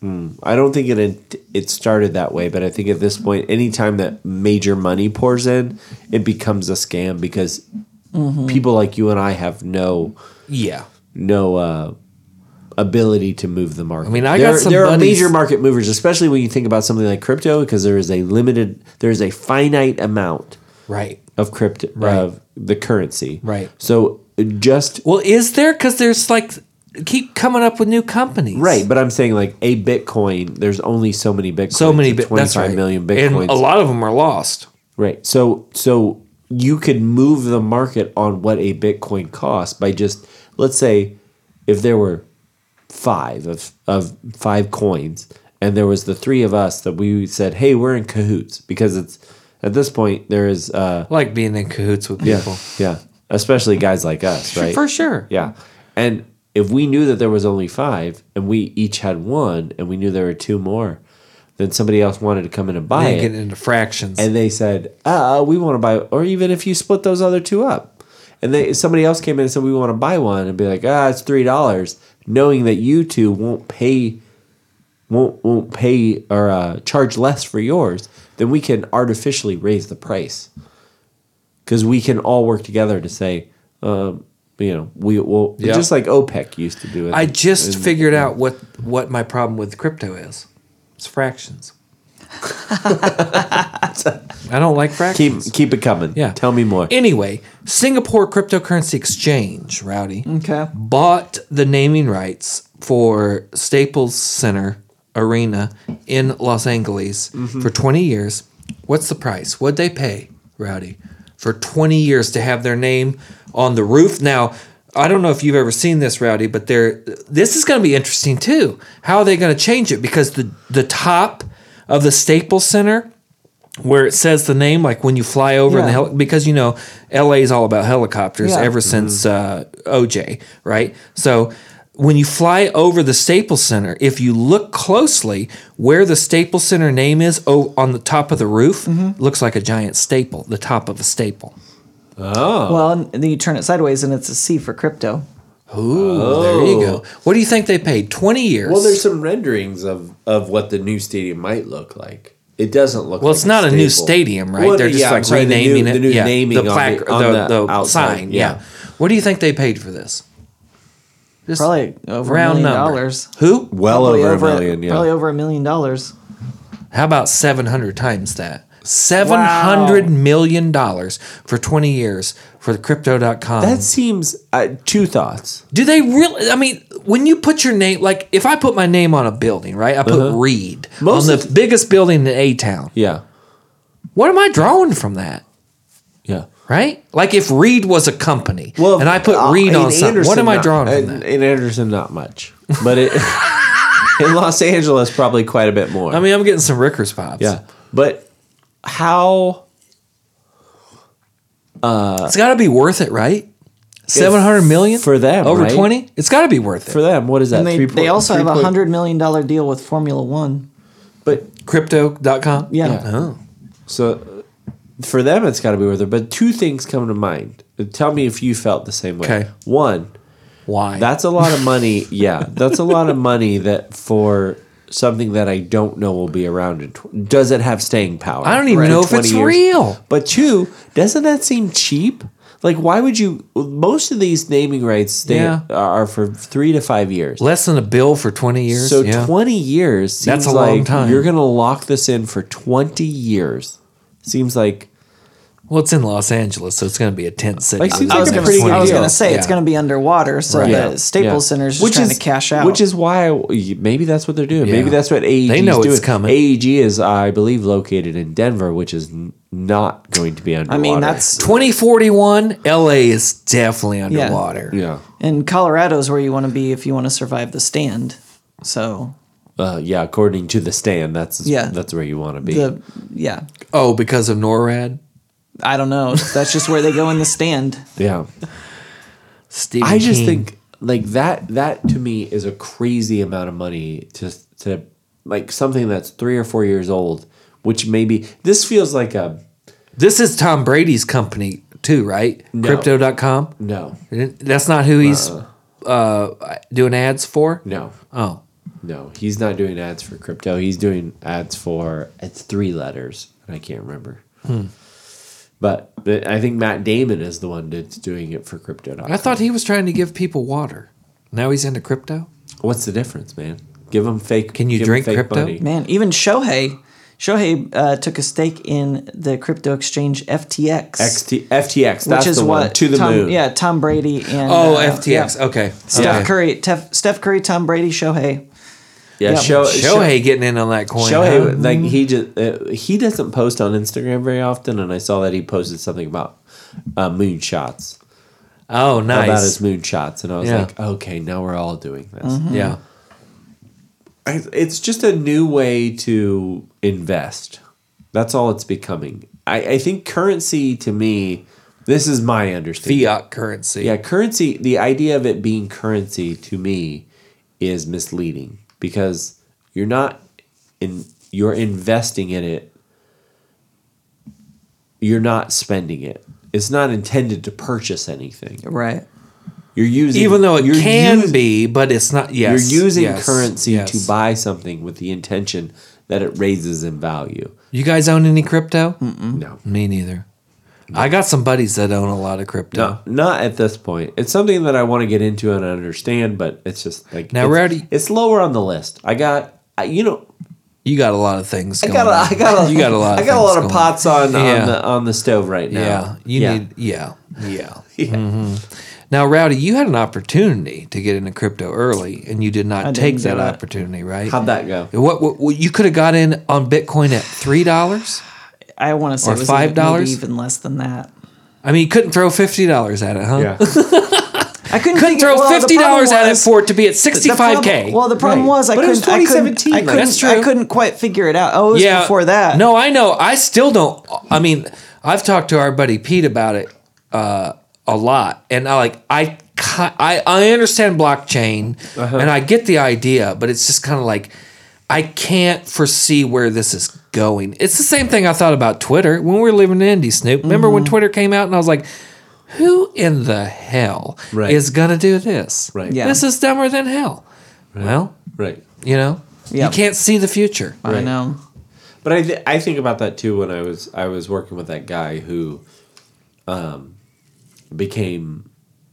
Speaker 1: I don't think it it started that way, but I think at this point, any time that major money pours in, it becomes a scam because
Speaker 2: Mm-hmm.
Speaker 1: people like you and I have no
Speaker 2: Yeah.
Speaker 1: no uh, ability to move the market. I
Speaker 2: mean, I got
Speaker 1: there,
Speaker 2: some
Speaker 1: there are
Speaker 2: buddies-
Speaker 1: major market movers, especially when you think about something like crypto, because there is a limited, there is a finite amount
Speaker 2: Right.
Speaker 1: of crypto
Speaker 2: Right.
Speaker 1: of the currency.
Speaker 2: Right.
Speaker 1: So just
Speaker 2: Well, is there? Because there's like, keep coming up with new companies.
Speaker 1: right, but I'm saying like a Bitcoin. There's only so many Bitcoins.
Speaker 2: So many,
Speaker 1: or
Speaker 2: bit- that's
Speaker 1: 25
Speaker 2: right.
Speaker 1: million Bitcoins.
Speaker 2: And a lot of them are lost.
Speaker 1: Right. So so you could move the market on what a Bitcoin costs by just let's say if there were five of of five coins and there was the three of us that we said, hey, we're in cahoots because it's at this point there is uh
Speaker 2: I like being in cahoots with
Speaker 1: yeah,
Speaker 2: people.
Speaker 1: yeah. Especially guys like us, right?
Speaker 2: For sure.
Speaker 1: Yeah. And if we knew that there was only five and we each had one and we knew there were two more, then somebody else wanted to come in and buy
Speaker 2: They
Speaker 1: it
Speaker 2: get into fractions.
Speaker 1: and they said, "Uh, we want to buy," or even if you split those other two up, and they somebody else came in and said, "We want to buy one," and be like, "Ah, it's three dollars," knowing that you two won't pay, won't won't pay or uh, charge less for yours, then we can artificially raise the price because we can all work together to say, um, you know, we will
Speaker 2: Yeah.
Speaker 1: just like OPEC used to do it. [LAUGHS]
Speaker 2: I just figured out what what my problem with crypto is. It's fractions. I don't like fractions.
Speaker 1: Keep keep it coming.
Speaker 2: Yeah.
Speaker 1: Tell me more.
Speaker 2: Anyway, Singapore Cryptocurrency Exchange, Rowdy,
Speaker 3: Okay.
Speaker 2: bought the naming rights for Staples Center Arena in Los Angeles for 20 years. What's the price? What'd they pay, Rowdy, for 20 years to have their name on the roof? Now, I don't know if you've ever seen this, Rowdy, but they're, this is going to be interesting too. How are they going to change it? Because the, the top of the Staples Center where it says the name, like when you fly over in the
Speaker 3: Yeah.
Speaker 2: heli- because you know LA is all about helicopters
Speaker 3: Yeah.
Speaker 1: Mm-hmm.
Speaker 2: ever since uh, OJ, right? So when you fly over the Staples Center, if you look closely where the Staples Center name is oh, on the top of the roof,
Speaker 3: Mm-hmm.
Speaker 2: looks like a giant staple, the top of a staple.
Speaker 1: Oh.
Speaker 3: Well, and then you turn it sideways and it's a C for crypto.
Speaker 2: Ooh, there you go. What do you think they paid? Twenty years.
Speaker 1: Oh. Well, there's some renderings of of what the new stadium might look like. It doesn't look.
Speaker 2: Well,
Speaker 1: like
Speaker 2: it's not a new
Speaker 1: staple.
Speaker 2: stadium, right?
Speaker 1: Well,
Speaker 2: They're just
Speaker 1: yeah, I'm
Speaker 2: like
Speaker 1: sorry, the new-
Speaker 2: renaming it.
Speaker 1: The new
Speaker 2: yeah,
Speaker 1: naming
Speaker 2: the plaque,
Speaker 1: on
Speaker 2: or
Speaker 1: the,
Speaker 2: the,
Speaker 1: on
Speaker 2: the,
Speaker 1: the, outside,
Speaker 2: sign. Yeah. What do you think they paid for this? Just
Speaker 3: Probably over a
Speaker 2: round
Speaker 3: million
Speaker 2: number.
Speaker 3: dollars.
Speaker 2: Who?
Speaker 1: Well
Speaker 3: Probably
Speaker 1: over, a million. Yeah.
Speaker 3: Probably over a million dollars.
Speaker 2: How about seven hundred times that? Seven hundred million dollars for twenty years for the crypto.com.
Speaker 1: that seems uh, two thoughts.
Speaker 2: do they really? I mean, when you put your name, like if I put my name on a building, right? I
Speaker 1: Uh-huh.
Speaker 2: put Reed
Speaker 1: Most
Speaker 2: on
Speaker 1: of
Speaker 2: the biggest building in A town.
Speaker 1: Yeah.
Speaker 2: What am I drawing from that?
Speaker 1: Yeah.
Speaker 2: Right? Like if Reed was a company,
Speaker 1: Well,
Speaker 2: and I put
Speaker 1: uh,
Speaker 2: Reed
Speaker 1: in
Speaker 2: on something.
Speaker 1: Anderson,
Speaker 2: What
Speaker 1: uh,
Speaker 2: am I
Speaker 1: not-
Speaker 2: drawing from
Speaker 1: in,
Speaker 2: that?
Speaker 1: in Anderson, not [LAUGHS] much, but it, in Los Angeles, probably quite a bit more.
Speaker 2: I mean, I'm getting some Rickers pops.
Speaker 1: yeah, but how?
Speaker 2: it's got to be worth it, right? Seven hundred million
Speaker 1: for them,
Speaker 2: over
Speaker 1: right?
Speaker 2: twenty. It's got to be worth it.
Speaker 1: For them, what is that?
Speaker 3: And they,
Speaker 1: Three point-
Speaker 3: they also
Speaker 1: three
Speaker 3: have a
Speaker 1: point-
Speaker 3: hundred million dollar deal with Formula One.
Speaker 1: But
Speaker 2: Crypto.com.
Speaker 3: Yeah.
Speaker 2: Oh.
Speaker 1: so uh, for them, it's got to be worth it. But two things come to mind. Tell me if you felt the same way.
Speaker 2: Okay.
Speaker 1: One,
Speaker 2: Why?
Speaker 1: That's a lot of money. [LAUGHS] Yeah, that's a lot of money that for something that I don't know will be around. In tw- does it have staying power?
Speaker 2: I don't even
Speaker 1: for
Speaker 2: know if
Speaker 1: 20
Speaker 2: it's real.
Speaker 1: But two, doesn't that seem cheap? Like, why would you? Most of these naming rights stay,
Speaker 2: Yeah.
Speaker 1: are for three to five years.
Speaker 2: less than a bill for twenty years.
Speaker 1: So
Speaker 2: yeah.
Speaker 1: twenty years seems
Speaker 2: That's a
Speaker 1: like
Speaker 2: long time.
Speaker 1: you're gonna lock this in for twenty years. Seems like
Speaker 2: well, it's in Los Angeles, so it's going to be a tent city.
Speaker 1: Like, seems
Speaker 3: I
Speaker 1: like
Speaker 3: was
Speaker 1: a
Speaker 3: gonna
Speaker 1: pretty
Speaker 3: say,
Speaker 1: good
Speaker 3: I was
Speaker 1: deal.
Speaker 3: gonna say it's
Speaker 2: Yeah.
Speaker 3: gonna be underwater, so
Speaker 2: Right.
Speaker 3: the Staples
Speaker 1: yeah.
Speaker 3: Center's just trying to cash out.
Speaker 1: Which is why maybe that's what they're doing. Maybe
Speaker 2: Yeah.
Speaker 1: that's what AEG
Speaker 2: They know
Speaker 1: is doing.
Speaker 2: it's coming.
Speaker 1: AEG is, I believe, located in Denver, which is n- not going to be
Speaker 3: I
Speaker 1: underwater.
Speaker 3: mean that's
Speaker 2: twenty forty one. L.A. is definitely underwater.
Speaker 1: yeah,
Speaker 3: and Colorado's where you want to be if you want to survive the stand. So
Speaker 1: uh, yeah. According to the stand, that's
Speaker 3: Yeah.
Speaker 1: that's where you want to be.
Speaker 3: the yeah,
Speaker 2: Oh, because of NORAD.
Speaker 3: I don't know. That's just where they go in
Speaker 1: [LAUGHS]
Speaker 3: the stand.
Speaker 1: yeah,
Speaker 2: Stephen
Speaker 1: I just
Speaker 2: King.
Speaker 1: think like that. That to me is a crazy amount of money to to like something that's three or four years old, which maybe this feels like a
Speaker 2: this is Tom Brady's company too, right?
Speaker 1: No.
Speaker 2: Crypto.com.
Speaker 1: no,
Speaker 2: That's not who he's uh, doing ads for.
Speaker 1: no.
Speaker 2: Oh,
Speaker 1: No, he's not doing ads for crypto. He's doing ads for it's three letters, and I can't remember.
Speaker 2: Hmm.
Speaker 1: But the- I think Matt Damon is the one that's doing it for crypto.
Speaker 2: I thought he was trying to give people water. Now he's into crypto.
Speaker 1: What's the difference, man? Give him fake.
Speaker 2: Can you
Speaker 1: give him
Speaker 2: drink crypto?
Speaker 3: Man, even Shohei, Shohei uh, took a stake in the crypto exchange FTX,
Speaker 1: XT, FTX. That's the one. To the
Speaker 3: Tom,
Speaker 1: moon.
Speaker 3: Yeah, Tom Brady and
Speaker 2: Oh,
Speaker 3: uh,
Speaker 2: FTX.
Speaker 3: yeah.
Speaker 2: Okay.
Speaker 3: Steph
Speaker 2: Okay.
Speaker 3: Curry, Tef, Steph Curry, Tom Brady, Shohei.
Speaker 1: yeah.
Speaker 3: Yeah.
Speaker 1: Show, show,
Speaker 2: Shohei getting in on that coin. huh? Mm-hmm.
Speaker 1: Shohei, like he just uh, he doesn't post on Instagram very often, and I saw that he posted something about uh, moonshots
Speaker 2: Oh,
Speaker 1: about
Speaker 2: nice.
Speaker 1: his moonshots, and I was
Speaker 2: Yeah. Mm-hmm.
Speaker 1: like, okay, now we're all doing this.
Speaker 2: yeah.
Speaker 1: I- it's just a new way to invest. That's all it's becoming. I, I think currency to me, this is my understanding.
Speaker 2: Fiat currency.
Speaker 1: Yeah, currency, the idea of it being currency to me is misleading because you're not in you're investing in it. You're not spending it. It's not intended to purchase anything.
Speaker 3: Right.
Speaker 1: You're using
Speaker 2: Even though it
Speaker 1: you're
Speaker 2: can
Speaker 1: using-
Speaker 2: be, but it's not. Yes.
Speaker 1: you're using
Speaker 2: yes,
Speaker 1: currency
Speaker 2: yes.
Speaker 1: to buy something with the intention that it raises in value.
Speaker 2: You guys own any crypto?
Speaker 1: No.
Speaker 2: Me neither. I got some buddies that own a lot of crypto.
Speaker 1: No, not at this point. It's something that I want to get into and understand, but it's just like
Speaker 2: Now,
Speaker 1: it's,
Speaker 2: Rowdy-
Speaker 1: it's lower on the list. I got, I, you know,
Speaker 2: You got a lot of things.
Speaker 1: I got a, I got a,
Speaker 2: you got a lot.
Speaker 1: I got a
Speaker 2: things
Speaker 1: lot of
Speaker 2: going.
Speaker 1: pots on,
Speaker 2: Yeah.
Speaker 1: on the on the stove right now.
Speaker 2: Yeah, you
Speaker 1: Yeah. [LAUGHS]
Speaker 2: need. Yeah, yeah. Mhm. Now, Rowdy, you had an opportunity to get into crypto early, and you did not
Speaker 3: didn't
Speaker 2: take
Speaker 3: do
Speaker 2: that
Speaker 3: it.
Speaker 2: opportunity, right?
Speaker 1: How'd that go?
Speaker 2: What, what, what you could have got in on Bitcoin at three dollars?
Speaker 3: I want to say
Speaker 2: Or
Speaker 3: it was
Speaker 2: $5?
Speaker 3: maybe even less than that.
Speaker 2: I mean, you couldn't throw fifty dollars at it, huh?
Speaker 3: I couldn't,
Speaker 2: Couldn't
Speaker 3: figure-
Speaker 2: throw
Speaker 3: well, the
Speaker 2: fifty dollars
Speaker 3: problem
Speaker 2: at it
Speaker 3: was-
Speaker 2: for it to be at
Speaker 3: the
Speaker 2: sixty
Speaker 3: problem-
Speaker 2: five k.
Speaker 3: Well, the problem
Speaker 1: Right.
Speaker 3: was I
Speaker 1: But it
Speaker 3: couldn't.
Speaker 1: was
Speaker 3: I couldn't.
Speaker 1: 2017,
Speaker 3: I
Speaker 1: like,
Speaker 3: couldn't,
Speaker 2: that's true.
Speaker 3: I couldn't quite figure it out. Oh, it was before that.
Speaker 2: No, I know. I still don't. I mean, I've talked to our buddy Pete about it uh, a lot, and I like I ki- I, I understand blockchain,
Speaker 3: Uh-huh.
Speaker 2: and I get the idea, but it's just kind of like I can't foresee where this is going. It's the same thing I thought about Twitter when we were living in Indy. Snoop, remember
Speaker 3: Mm-hmm.
Speaker 2: when Twitter came out, and I was like. Who in the hell
Speaker 1: Right.
Speaker 2: is gonna do this?
Speaker 1: Right.
Speaker 3: Yeah.
Speaker 2: This is dumber than hell. Well,
Speaker 1: [LAUGHS] Right.
Speaker 2: you know,
Speaker 3: Yeah.
Speaker 2: you can't see the future.
Speaker 3: I know.
Speaker 1: But I, th- I think about that too when I was I was working with that guy who um, became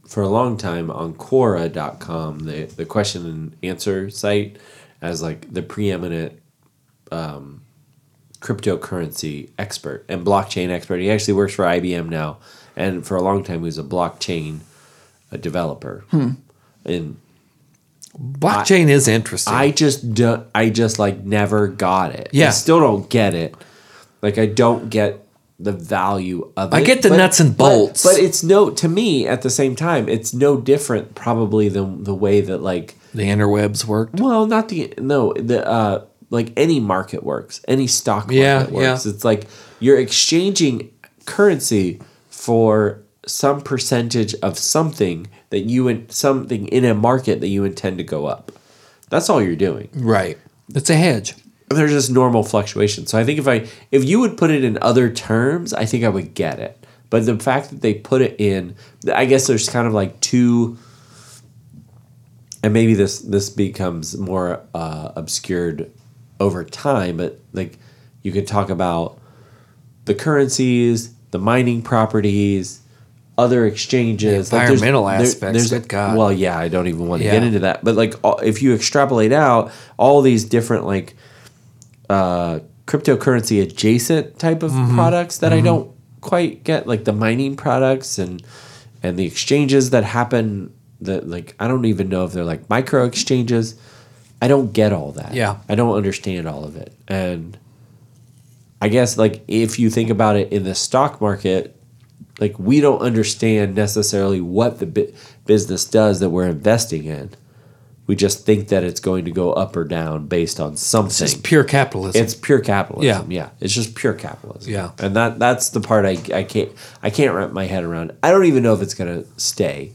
Speaker 1: for a long time on Quora.com the the question and answer site as like the preeminent um, cryptocurrency expert and blockchain expert. He actually works for IBM now, and for a long time he was a blockchain a developer. And
Speaker 2: Blockchain is interesting.
Speaker 1: I just don't. I just like never got it.
Speaker 2: Yeah.
Speaker 1: I still don't get it. Like I don't get the value of it.
Speaker 2: I get the nuts and bolts.
Speaker 1: But, but it's no to me at the same time. It's no different probably than the way that like
Speaker 2: the interwebs worked.
Speaker 1: well, not the no the uh like any market works, any stock market
Speaker 2: Yeah,
Speaker 1: works.
Speaker 2: yeah.
Speaker 1: It's like you're exchanging currency for some percentage of something that you in something in a market that you intend to go up. That's all you're doing
Speaker 2: Right. It's a hedge.
Speaker 1: there's just normal fluctuation. So I think if I if you would put it in other terms, I think I would get it. But the fact that they put it in, I guess there's kind of like two, and maybe this this becomes more uh, obscured over time. But like you could talk about the currencies, the mining properties, other exchanges,
Speaker 2: The
Speaker 1: Like, there's-
Speaker 2: environmental
Speaker 1: there-
Speaker 2: aspects, good God.
Speaker 1: Well, yeah, I don't even want to
Speaker 2: Yeah.
Speaker 1: get into that. But like, all- if you extrapolate out all these different like uh, cryptocurrency adjacent type of
Speaker 2: Mm-hmm.
Speaker 1: products that I don't quite get, like the mining products and and the exchanges that happen. That like I don't even know if they're like micro exchanges. I don't get all that.
Speaker 2: Yeah.
Speaker 1: I don't understand all of it, and I guess like if you think about it in the stock market, like we don't understand necessarily what the bu- business does that we're investing in. We just think that it's going to go up or down based on something.
Speaker 2: It's just pure capitalism.
Speaker 1: It's pure capitalism.
Speaker 2: Yeah.
Speaker 1: Yeah. It's just pure capitalism.
Speaker 2: Yeah.
Speaker 1: And that that's the part I, I can't I can't wrap my head around. I don't even know if it's gonna stay.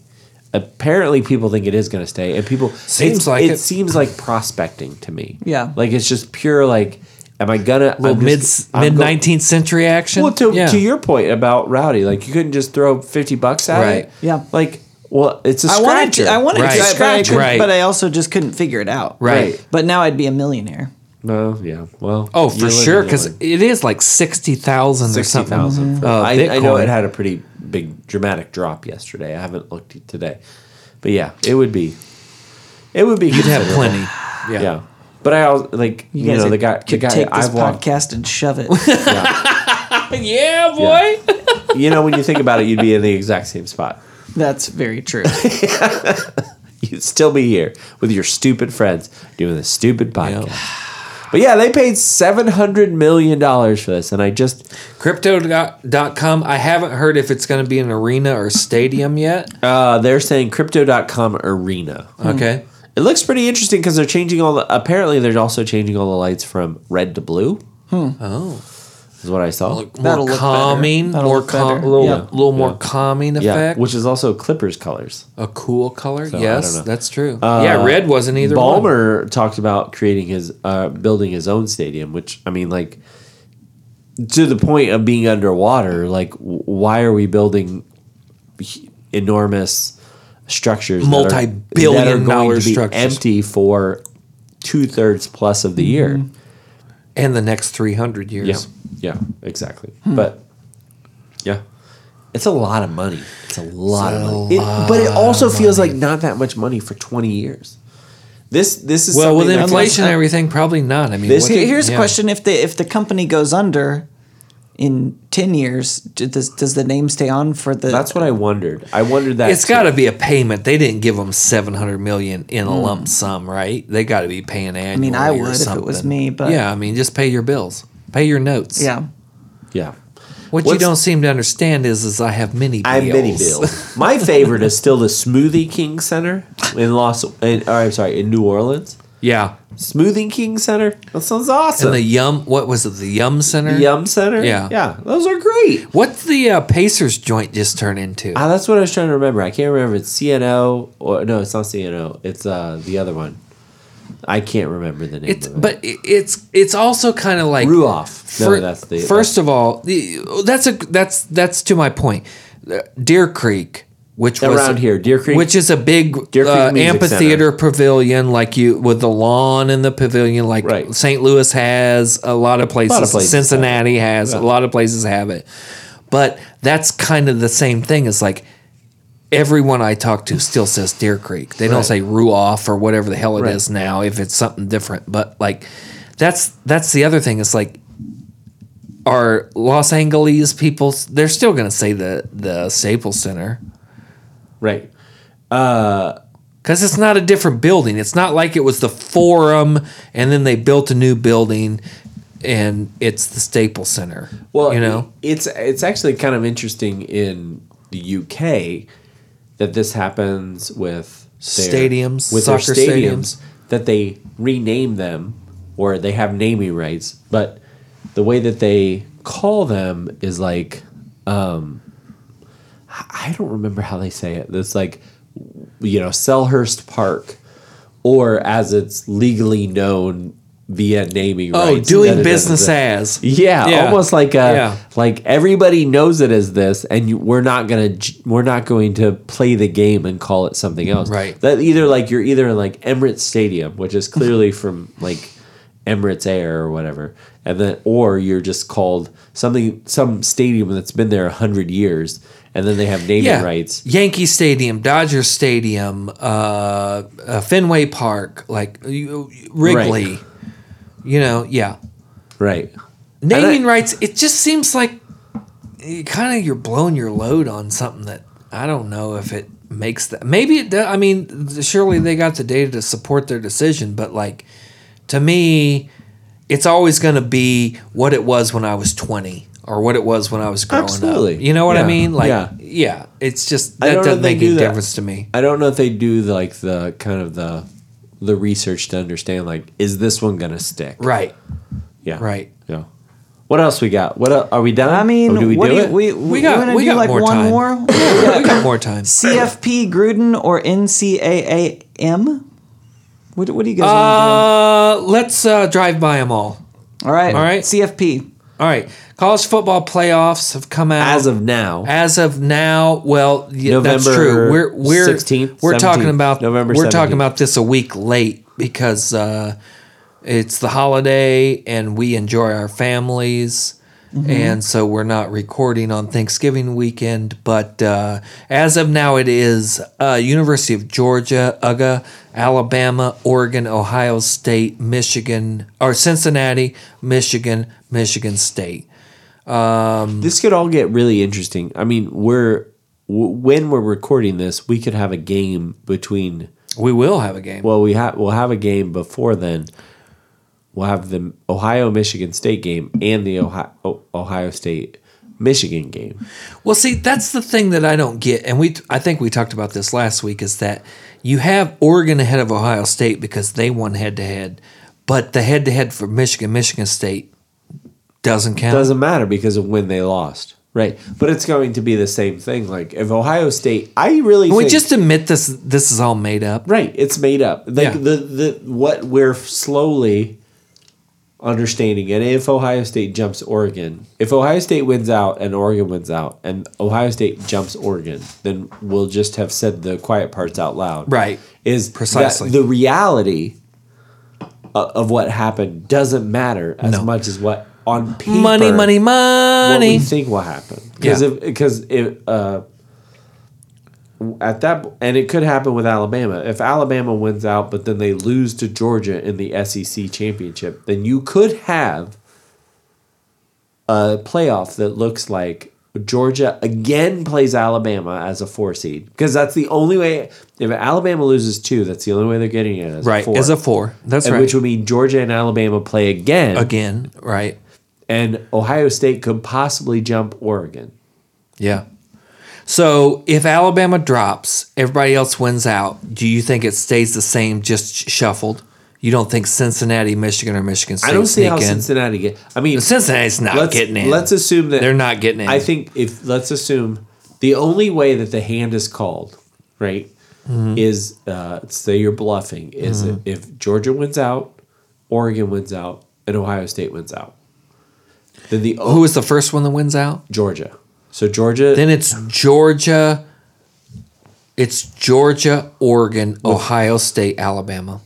Speaker 1: Apparently people think it is gonna stay and people
Speaker 2: Seems
Speaker 1: it's-
Speaker 2: like
Speaker 1: it,
Speaker 2: it.
Speaker 1: seems like prospecting to me.
Speaker 3: Yeah.
Speaker 1: Like it's just pure like am I gonna
Speaker 2: Little
Speaker 1: I'm
Speaker 2: mid
Speaker 1: just- I'm
Speaker 2: mid
Speaker 1: go-
Speaker 2: nineteenth century action.
Speaker 1: Well to
Speaker 2: Yeah.
Speaker 1: to your point about Rowdy, like you couldn't just throw fifty bucks at
Speaker 2: Right.
Speaker 1: it.
Speaker 3: Yeah.
Speaker 1: Like well it's a
Speaker 3: I
Speaker 1: scratcher.
Speaker 3: wanted to. I wanted
Speaker 2: Right.
Speaker 3: to, but I, couldn't-
Speaker 2: Right.
Speaker 3: but I also just couldn't figure it out.
Speaker 2: Right.
Speaker 1: Right.
Speaker 3: But now I'd be a millionaire.
Speaker 1: No, yeah. Well
Speaker 2: Oh, for
Speaker 1: you're
Speaker 2: sure,
Speaker 1: living
Speaker 2: because
Speaker 1: in
Speaker 2: it is like sixty thousand or
Speaker 1: sixty
Speaker 2: something.
Speaker 1: thousand.
Speaker 2: Uh,
Speaker 1: I, I know
Speaker 2: Bitcoin.
Speaker 1: it had a pretty big dramatic drop yesterday. I haven't looked at today, but yeah, it would be. It would be.
Speaker 2: You'd have
Speaker 1: considerable.
Speaker 2: plenty. Yeah.
Speaker 1: Yeah. but I also like you,
Speaker 3: guys
Speaker 1: know the
Speaker 3: could-
Speaker 1: guy the
Speaker 3: could
Speaker 1: guy
Speaker 3: take this
Speaker 1: I've walked.
Speaker 3: podcast and shove it. [LAUGHS]
Speaker 2: Yeah, boy.
Speaker 1: You know when you think about it, you'd be in the exact same spot.
Speaker 3: That's very true.
Speaker 1: You'd still be here with your stupid friends doing this stupid podcast. But yeah, they paid seven hundred million dollars for this, and I just
Speaker 2: Crypto.com. I haven't heard if it's going to be an arena or stadium yet.
Speaker 1: uh, they're saying crypto.com arena.
Speaker 2: Okay.
Speaker 1: It looks pretty interesting because they're changing all the. Apparently, they're also changing all the lights from red to blue.
Speaker 2: Oh,
Speaker 1: Is what I saw.
Speaker 3: That'll
Speaker 2: more
Speaker 3: look better.
Speaker 2: calming,
Speaker 3: That'll
Speaker 2: more
Speaker 3: look better.
Speaker 2: calm, little,
Speaker 1: Yeah.
Speaker 2: little more
Speaker 1: Yeah.
Speaker 2: calming
Speaker 1: yeah,
Speaker 2: effect.
Speaker 1: which is also Clippers colors.
Speaker 2: a cool color.
Speaker 1: I
Speaker 2: yes,
Speaker 1: don't know.
Speaker 2: that's true. yeah, red wasn't either. one.
Speaker 1: Balmer talked about creating his, uh, building his own stadium, which I mean, like to the point of being underwater. Like, w- why are we building h- enormous structures, that are-
Speaker 2: Multi-billion
Speaker 1: that are going
Speaker 2: dollar
Speaker 1: to be
Speaker 2: structures.
Speaker 1: empty for two thirds plus of the year?
Speaker 2: and the next 300 years.
Speaker 1: Yeah, yeah, exactly. But yeah, Hmm. it's a lot of money. It's a lot of money. It- but it also feels like not that much money for twenty years. This this is
Speaker 2: Well, with
Speaker 1: something that-
Speaker 2: inflation and everything, probably not. I mean,
Speaker 1: This
Speaker 2: what-
Speaker 1: here-
Speaker 3: Here's
Speaker 2: yeah.
Speaker 3: a question: If the if the company goes under in ten years, d- does does the name stay on for the?
Speaker 1: That's what I wondered. I wondered that
Speaker 2: It's got to be a payment. They didn't give them seven hundred million in a lump sum, right? They got to be paying annually. I
Speaker 3: mean, I would if it was me, but-
Speaker 2: yeah, I mean, just pay your bills, pay your notes.
Speaker 3: yeah.
Speaker 1: yeah.
Speaker 2: What you
Speaker 1: What's-
Speaker 2: don't seem to understand is, is I have many. Bills.
Speaker 1: I have many bills. My favorite is still the Smoothie King Center in Los. In, or, I'm sorry, in New Orleans.
Speaker 2: [LAUGHS] yeah,
Speaker 1: Smoothie King Center. That sounds
Speaker 2: and
Speaker 1: awesome.
Speaker 2: the Yum. What was it? The Yum Center.
Speaker 1: The Yum Center.
Speaker 2: Yeah.
Speaker 1: yeah. Those are great.
Speaker 2: What's the uh, Pacers joint just turn into?
Speaker 1: Ah, that's what I was trying to remember. I can't remember. It's CNO or no, it's not CNO. It's uh the other one. I can't remember the name.
Speaker 2: It's
Speaker 1: of it.
Speaker 2: but it- it's it's also kind of like
Speaker 1: Ruoff. No,
Speaker 2: Fir-
Speaker 1: that's the
Speaker 2: first of all, the- that's a that's that's to my point. Uh, Deer Creek, which was
Speaker 1: Around here, Deer Creek-
Speaker 2: which is a big
Speaker 1: Deer Creek
Speaker 2: uh,
Speaker 1: Music
Speaker 2: amphitheater pavilion, like you with the lawn and the pavilion, like
Speaker 1: Right.
Speaker 2: St. Louis has a lot of places.
Speaker 1: places have it.
Speaker 2: Cincinnati has a lot of places have it, but that's kind of the same thing. It's like. Everyone I talk to still says Deer Creek. They don't
Speaker 1: Right.
Speaker 2: say Ruoff or whatever the hell it is
Speaker 1: Right.
Speaker 2: now if it's something different. But like, that's that's the other thing. It's like are Los Angeles people they're still going to say the the Staples Center
Speaker 1: right.
Speaker 2: cuz it's not a different building. It's not like it was the Forum and then they built a new building and it's the Staples Center.
Speaker 1: Well,
Speaker 2: you know.
Speaker 1: it's it's actually kind of interesting in the UK that this happens with
Speaker 2: Stadiums,
Speaker 1: with their
Speaker 2: soccer
Speaker 1: stadiums,
Speaker 2: stadiums.
Speaker 1: that they rename them or they have naming rights, but the way that they call them is like um, I I don't remember how they say it. It's like you know Selhurst Park, or as it's legally known via naming
Speaker 2: Oh,
Speaker 1: rights. that
Speaker 2: doing
Speaker 1: it is.
Speaker 2: business as.
Speaker 1: Yeah,
Speaker 2: Yeah.
Speaker 1: almost like a
Speaker 2: Yeah.
Speaker 1: like everybody knows it as this, and you, we're not gonna j- we're not going to play the game and call it something else.
Speaker 2: Right.
Speaker 1: That either like you're either in like Emirates Stadium, which is
Speaker 2: [LAUGHS]
Speaker 1: clearly from like Emirates Air or whatever, and then or you're just called something some stadium that's been there a hundred years, and then they have naming
Speaker 2: Yeah.
Speaker 1: rights.
Speaker 2: Yankee Stadium, Dodger Stadium, uh, uh, Fenway Park, like you- Wrigley. You know, yeah.
Speaker 1: Right.
Speaker 2: naming
Speaker 1: And I-
Speaker 2: rights it just seems like kind of you're blowing your load on something that i don't know if it makes that maybe it does i mean surely they got the data to support their decision but like to me it's always going to be what it was when i was 20 or what it was when i was growing
Speaker 1: Absolutely.
Speaker 2: up you know what i
Speaker 1: Yeah.
Speaker 2: mean like
Speaker 1: Yeah.
Speaker 2: yeah, it's just
Speaker 1: I
Speaker 2: that
Speaker 1: don't know
Speaker 2: doesn't
Speaker 1: if they
Speaker 2: make
Speaker 1: do
Speaker 2: any
Speaker 1: that.
Speaker 2: difference to me
Speaker 1: I don't know if they do the, like the kind of the the research to understand like is this one gonna stick?
Speaker 2: right
Speaker 1: Yeah.
Speaker 2: Right.
Speaker 1: Yeah. What else we got? What el- are we done?
Speaker 2: Oh,
Speaker 3: I mean,
Speaker 1: Or do we
Speaker 3: what
Speaker 1: do,
Speaker 3: do
Speaker 1: it?
Speaker 3: you, we we,
Speaker 2: got-
Speaker 3: to
Speaker 2: we
Speaker 3: do
Speaker 2: got
Speaker 3: like
Speaker 2: more
Speaker 3: one
Speaker 2: time.
Speaker 3: more [LAUGHS]
Speaker 2: we got more
Speaker 1: [LAUGHS]
Speaker 2: time
Speaker 1: Mm-hmm.
Speaker 3: CFP Gruden or NCAAM. What, what do you guys want
Speaker 2: uh let's uh drive by them all
Speaker 3: to do? All right,
Speaker 2: all right.
Speaker 3: CFP.
Speaker 2: all right college football playoffs have come out
Speaker 1: as of now,
Speaker 2: As of now, well, yeah, that's
Speaker 1: November
Speaker 2: true. We're we're
Speaker 1: 16th,
Speaker 2: we're talking
Speaker 1: 17th,
Speaker 2: about
Speaker 1: November
Speaker 2: We're talking
Speaker 1: 17th.
Speaker 2: about this a week late because uh, it's the holiday and we enjoy our families,
Speaker 1: Mm-hmm.
Speaker 2: and so we're not recording on Thanksgiving weekend. But uh, as of now, it is uh, University of Georgia, UGA, Alabama, Oregon, Ohio State, Michigan, or Cincinnati, Michigan, Michigan State.
Speaker 1: Mm-hmm. this could all get really interesting. I mean, we're w- when we're recording this, we could have a game between.
Speaker 2: We will have a game.
Speaker 1: Well, we have we'll have a game before then. We'll have the Ohio Michigan State game and the Ohio Ohio State Michigan game.
Speaker 2: Well, see, that's the thing that I don't get, and we I think we talked about this last week is that you have Oregon ahead of Ohio State because they won head to head, but the head to head for Michigan, Michigan State doesn't count.
Speaker 1: Doesn't matter because of when they lost, right? But it's going to be the same thing. Like if Ohio State, I really
Speaker 2: Can we
Speaker 1: think-
Speaker 2: just admit this? This is all made up.
Speaker 1: Right, it's made up. Like
Speaker 2: Yeah.
Speaker 1: the the what we're slowly understanding. And if Ohio State jumps Oregon, if Ohio State wins out and Oregon wins out, and Ohio State jumps Oregon, then we'll just have said the quiet parts out loud.
Speaker 2: Right.
Speaker 1: Is that
Speaker 2: Precisely.
Speaker 1: the reality o- of what happened doesn't matter as
Speaker 2: No.
Speaker 1: much as what on paper
Speaker 2: Money, money,
Speaker 1: what we
Speaker 2: money.
Speaker 1: think will happen because
Speaker 2: Yeah.
Speaker 1: if because if uh at that and it could happen with Alabama. If Alabama wins out but then they lose to Georgia in the SEC championship, then you could have a playoff that looks like Georgia again plays Alabama as a four seed because that's the only way. If Alabama loses two, that's the only way they're getting it as
Speaker 2: right
Speaker 1: a four.
Speaker 2: as a four. That's
Speaker 1: And
Speaker 2: right.
Speaker 1: Which would mean Georgia and Alabama play again,
Speaker 2: Again, right?
Speaker 1: and Ohio State could possibly jump Oregon.
Speaker 2: Yeah. So if Alabama drops, everybody else wins out. Do you think it stays the same, just sh- shuffled? You don't think Cincinnati, Michigan, or Michigan State
Speaker 1: I don't see
Speaker 2: sneak
Speaker 1: how
Speaker 2: in?
Speaker 1: Cincinnati get. I mean,
Speaker 2: Cincinnati's not
Speaker 1: let's,
Speaker 2: getting in.
Speaker 1: let's assume that
Speaker 2: They're not getting in.
Speaker 1: I think if let's assume the only way that the hand is called, right,
Speaker 2: Mm-hmm.
Speaker 1: is uh, say you're bluffing. Is if Georgia wins out, Oregon wins out, and Ohio State wins out, then the
Speaker 2: Who is the first one that wins out?
Speaker 1: Georgia. So Georgia,
Speaker 2: Then it's Georgia. It's Georgia, Oregon, Ohio State, Alabama.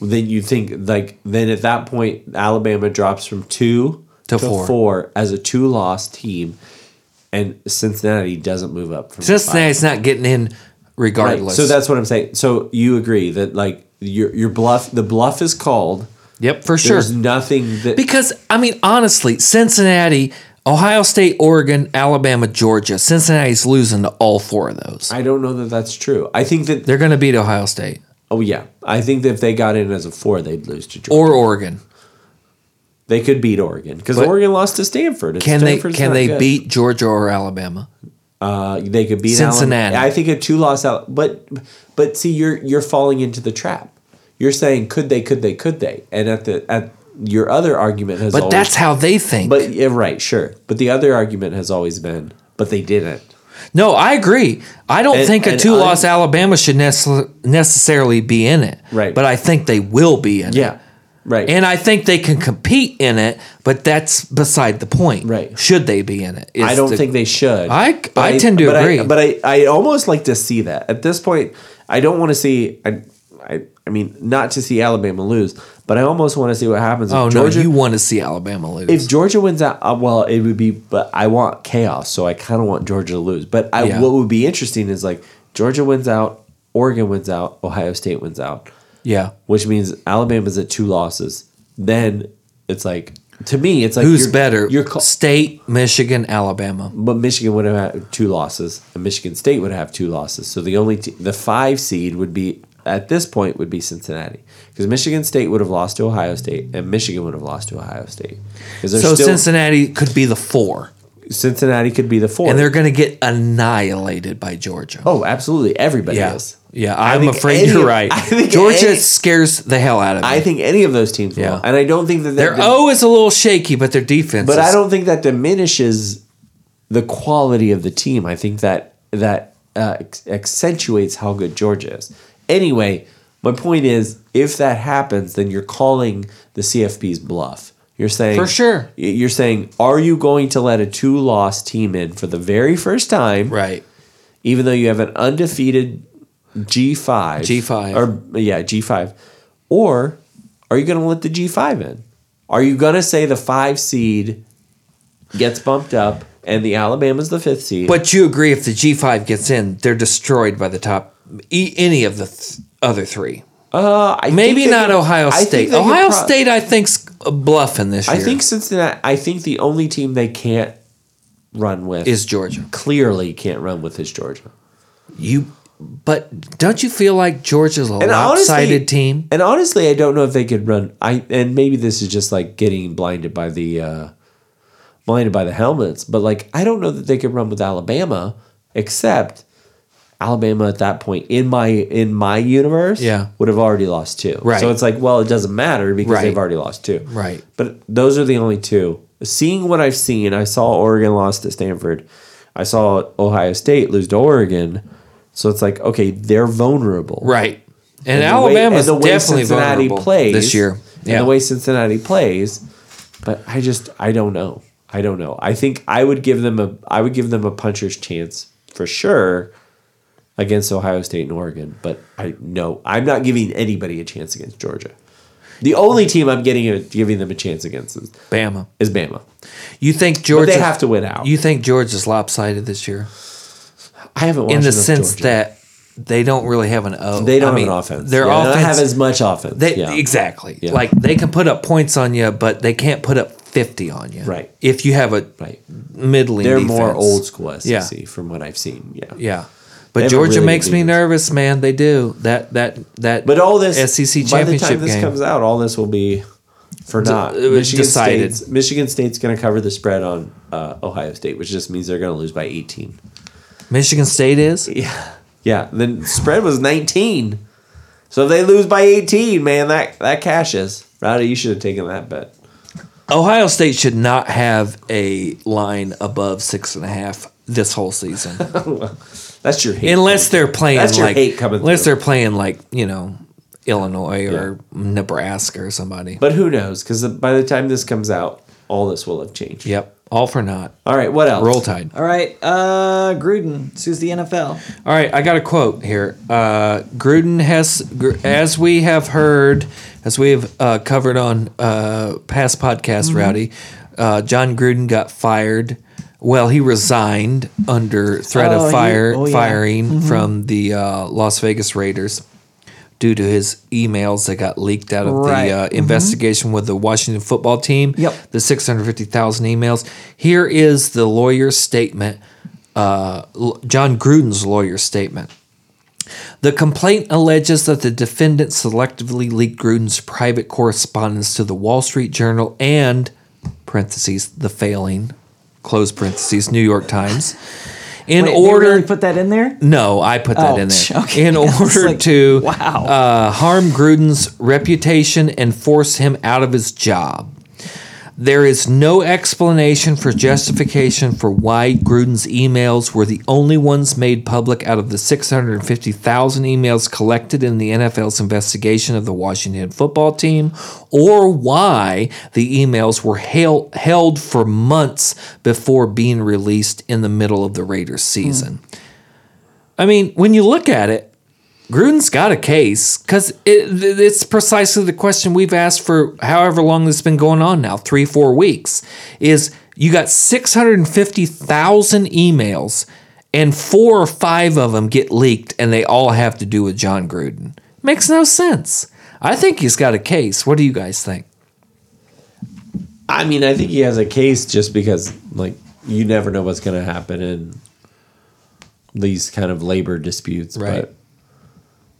Speaker 1: then you think like then at that point Alabama drops from two
Speaker 2: To four.
Speaker 1: as a two loss team, and Cincinnati doesn't move up from five.
Speaker 2: Cincinnati's not getting in
Speaker 1: Right.
Speaker 2: regardless.
Speaker 1: So that's what I'm saying. So you agree that like your your bluff, the bluff is called.
Speaker 2: yep for sure.
Speaker 1: There's nothing that
Speaker 2: Because I mean, honestly, Cincinnati, Ohio State, Oregon, Alabama, Georgia. Cincinnati's losing to all four of those.
Speaker 1: I don't know that that's true. I think that
Speaker 2: They're going to beat Ohio State
Speaker 1: oh yeah, I think that if they got in as a four, they'd lose to Georgia.
Speaker 2: or Oregon.
Speaker 1: they could beat Oregon because
Speaker 2: But-
Speaker 1: Oregon lost to Stanford. and
Speaker 2: Can
Speaker 1: Stanford's
Speaker 2: they can
Speaker 1: not
Speaker 2: they
Speaker 1: good.
Speaker 2: beat Georgia or Alabama?
Speaker 1: Uh, they could beat
Speaker 2: Cincinnati.
Speaker 1: Alabama. I think a two loss out, but but see, you're you're falling into the trap. You're saying could they, could they, could they, and at the at your other argument has
Speaker 2: But
Speaker 1: always,
Speaker 2: that's how they think.
Speaker 1: but yeah, right, sure. But the other argument has always been, but they didn't.
Speaker 2: no, I agree. I don't
Speaker 1: And-
Speaker 2: think a
Speaker 1: and
Speaker 2: two loss
Speaker 1: I'm-
Speaker 2: Alabama should nece- necessarily be in it.
Speaker 1: Right.
Speaker 2: But I think they will be in it.
Speaker 1: Yeah. Right.
Speaker 2: And I think they can compete in it, but that's beside the point.
Speaker 1: Right.
Speaker 2: Should they be in it? is
Speaker 1: I don't
Speaker 2: the-
Speaker 1: think they should.
Speaker 2: I-
Speaker 1: But
Speaker 2: I tend to
Speaker 1: but
Speaker 2: agree.
Speaker 1: but I, I almost like to see that. At this point, I don't want to see I, I I mean not to see Alabama lose, but I almost want to see what happens if
Speaker 2: Oh
Speaker 1: Georgia
Speaker 2: no, you want to see Alabama lose?
Speaker 1: if Georgia wins out uh, well, it would be but I want chaos, so I kind of want Georgia to lose. But I,
Speaker 2: Yeah.
Speaker 1: what would be interesting is like Georgia wins out, Oregon wins out, Ohio State wins out,
Speaker 2: yeah.
Speaker 1: which means Alabama's at two losses. Then it's like to me it's like
Speaker 2: Who's
Speaker 1: you're-
Speaker 2: better?
Speaker 1: You're ca-
Speaker 2: State, Michigan, Alabama.
Speaker 1: But Michigan would have had two losses, and Michigan State would have two losses. So the only te- the five seed would be at this point would be Cincinnati because Michigan State would have lost to Ohio State, and Michigan would have lost to Ohio State. Because
Speaker 2: So
Speaker 1: so still,
Speaker 2: Cincinnati could be the four,
Speaker 1: Cincinnati could be the four.
Speaker 2: and they're going to get annihilated by Georgia.
Speaker 1: oh, absolutely, everybody
Speaker 2: yeah,
Speaker 1: is.
Speaker 2: yeah.
Speaker 1: I
Speaker 2: I'm
Speaker 1: think
Speaker 2: afraid
Speaker 1: any
Speaker 2: you're
Speaker 1: of-
Speaker 2: right.
Speaker 1: I think
Speaker 2: Georgia
Speaker 1: any-
Speaker 2: scares the hell out of me.
Speaker 1: I think any of those teams
Speaker 2: Yeah.
Speaker 1: will, and I don't think that
Speaker 2: Their
Speaker 1: that
Speaker 2: O is a little shaky, but their defense.
Speaker 1: But
Speaker 2: is,
Speaker 1: I don't think that diminishes the quality of the team. I think that that uh, ac- accentuates how good Georgia is. Anyway, my point is, if that happens, then you're calling the CFP's bluff. You're saying
Speaker 2: For sure.
Speaker 1: y- You're saying, are you going to let a two-loss team in for the very first time,
Speaker 2: Right.
Speaker 1: even though you have an undefeated G five,
Speaker 2: G5.
Speaker 1: or yeah, G five, or are you going to let the G five in? Are you going to say the five seed gets bumped up and the Alabama's the fifth seed?
Speaker 2: But you agree if the G5 gets in, they're destroyed by the top e- any of the th- other three.
Speaker 1: uh, I
Speaker 2: Maybe
Speaker 1: think they
Speaker 2: not
Speaker 1: could-
Speaker 2: Ohio
Speaker 1: I think
Speaker 2: State.
Speaker 1: they could
Speaker 2: Ohio
Speaker 1: prob-
Speaker 2: State, I think's bluffing this year.
Speaker 1: I think Cincinnati. I think the only team they can't run with
Speaker 2: is Georgia.
Speaker 1: clearly can't run with is Georgia.
Speaker 2: You, but don't you feel like Georgia's a lopsided team?
Speaker 1: And honestly, I don't know if they could run. I and maybe this is just like getting blinded by the uh, blinded by the helmets. But like, I don't know that they could run with Alabama, except Alabama at that point in my in my universe,
Speaker 2: Yeah.
Speaker 1: would have already lost two.
Speaker 2: Right.
Speaker 1: So it's like, well, it doesn't matter because
Speaker 2: Right.
Speaker 1: they've already lost two.
Speaker 2: Right.
Speaker 1: But those are the only two. Seeing what I've seen, I saw Oregon lost to Stanford. I saw Ohio State lose to Oregon. So it's like, okay, they're vulnerable.
Speaker 2: Right. And,
Speaker 1: the way-
Speaker 2: Alabama's
Speaker 1: and
Speaker 2: definitely vulnerable this year.
Speaker 1: And the way Cincinnati plays, but I just I don't know. I don't know. I think I would give them a I would give them a puncher's chance for sure against Ohio State and Oregon, but I no, I'm not giving anybody a chance against Georgia. The only team I'm getting a, giving them a chance against is,
Speaker 2: Bama.
Speaker 1: is Bama.
Speaker 2: You think Georgia?
Speaker 1: have to win out.
Speaker 2: You think Georgia's lopsided this year
Speaker 1: I haven't watched
Speaker 2: in the
Speaker 1: enough
Speaker 2: sense
Speaker 1: Georgia.
Speaker 2: that they don't really have an O.
Speaker 1: They don't
Speaker 2: I
Speaker 1: have
Speaker 2: mean,
Speaker 1: an offense.
Speaker 2: Their
Speaker 1: yeah, they
Speaker 2: offense
Speaker 1: don't have as much offense.
Speaker 2: They,
Speaker 1: yeah.
Speaker 2: Exactly.
Speaker 1: Yeah.
Speaker 2: Like they can put up points on you, but they can't put up fifty on you.
Speaker 1: Right.
Speaker 2: If you have a
Speaker 1: Right.
Speaker 2: middling,
Speaker 1: They're more
Speaker 2: defense.
Speaker 1: old school
Speaker 2: Yeah.
Speaker 1: SEC from what I've seen. Yeah.
Speaker 2: Yeah.
Speaker 1: They
Speaker 2: But
Speaker 1: have a
Speaker 2: Georgia
Speaker 1: really
Speaker 2: makes
Speaker 1: good
Speaker 2: me
Speaker 1: defense.
Speaker 2: nervous, man. They do that. That that.
Speaker 1: But all this
Speaker 2: SEC
Speaker 1: by the time
Speaker 2: E championship
Speaker 1: this
Speaker 2: game.
Speaker 1: comes out, all this will be for not
Speaker 2: it was decided.
Speaker 1: State's, Michigan State's going to cover the spread on uh, Ohio State, which just means they're going to lose by 18.
Speaker 2: Michigan State is.
Speaker 1: Yeah. Yeah. The spread was 19. So if they lose by 18, man, that, that cashes. Rowdy, you should have taken that bet.
Speaker 2: Ohio State should not have a line above six and a half this whole season,
Speaker 1: [LAUGHS] That's your hate.
Speaker 2: unless they're playing
Speaker 1: That's your
Speaker 2: like
Speaker 1: hate coming
Speaker 2: unless
Speaker 1: through.
Speaker 2: they're playing like you know Illinois or Nebraska or somebody.
Speaker 1: but who knows? Because by the time this comes out, all this will have changed.
Speaker 2: yep, all for naught.
Speaker 1: All right. What else?
Speaker 2: Roll Tide.
Speaker 3: All right, uh, Gruden sues the NFL.
Speaker 2: All right, I got a quote here. Uh, Gruden has, gr- as we have heard, as we have uh, covered on uh, past podcasts,
Speaker 3: Mm-hmm.
Speaker 2: Rowdy, uh, John Gruden got fired. Well, he resigned under threat
Speaker 3: Oh,
Speaker 2: of
Speaker 3: he-
Speaker 2: fire
Speaker 3: oh, yeah.
Speaker 2: firing from the uh, Las Vegas Raiders due to his emails that got leaked out of
Speaker 3: Right.
Speaker 2: the uh, investigation with the Washington football team.
Speaker 3: Mm-hmm. Yep.
Speaker 2: The 650,000 emails. Here is the lawyer's statement, uh, L- John Gruden's lawyer's statement. The complaint alleges that the defendant selectively leaked Gruden's private correspondence to the Wall Street Journal and parentheses the failing close parentheses New York Times in
Speaker 3: Wait, they
Speaker 2: order
Speaker 3: really put that in there.
Speaker 2: no, I put that
Speaker 3: Oh,
Speaker 2: in there.
Speaker 3: [LAUGHS] okay.
Speaker 2: In
Speaker 3: I was
Speaker 2: order
Speaker 3: like,
Speaker 2: to
Speaker 3: wow.
Speaker 2: uh, harm Gruden's reputation and force him out of his job. There is no explanation for justification for why Gruden's emails were the only ones made public out of the 650,000 emails collected in the NFL's investigation of the Washington football team, or why the emails were hail- held for months before being released in the middle of the Raiders season. I mean, when you look at it, Gruden's got a case because it, th- it's precisely the question we've asked for however long this has been going on now three, four weeks is you got 650,000 emails, and four or five of them get leaked, and they all have to do with John Gruden. Makes no sense. I think he's got a case. What do you guys think?
Speaker 1: I mean, I think he has a case just because, like, you never know what's going to happen in these kind of labor disputes.
Speaker 2: Right.
Speaker 1: But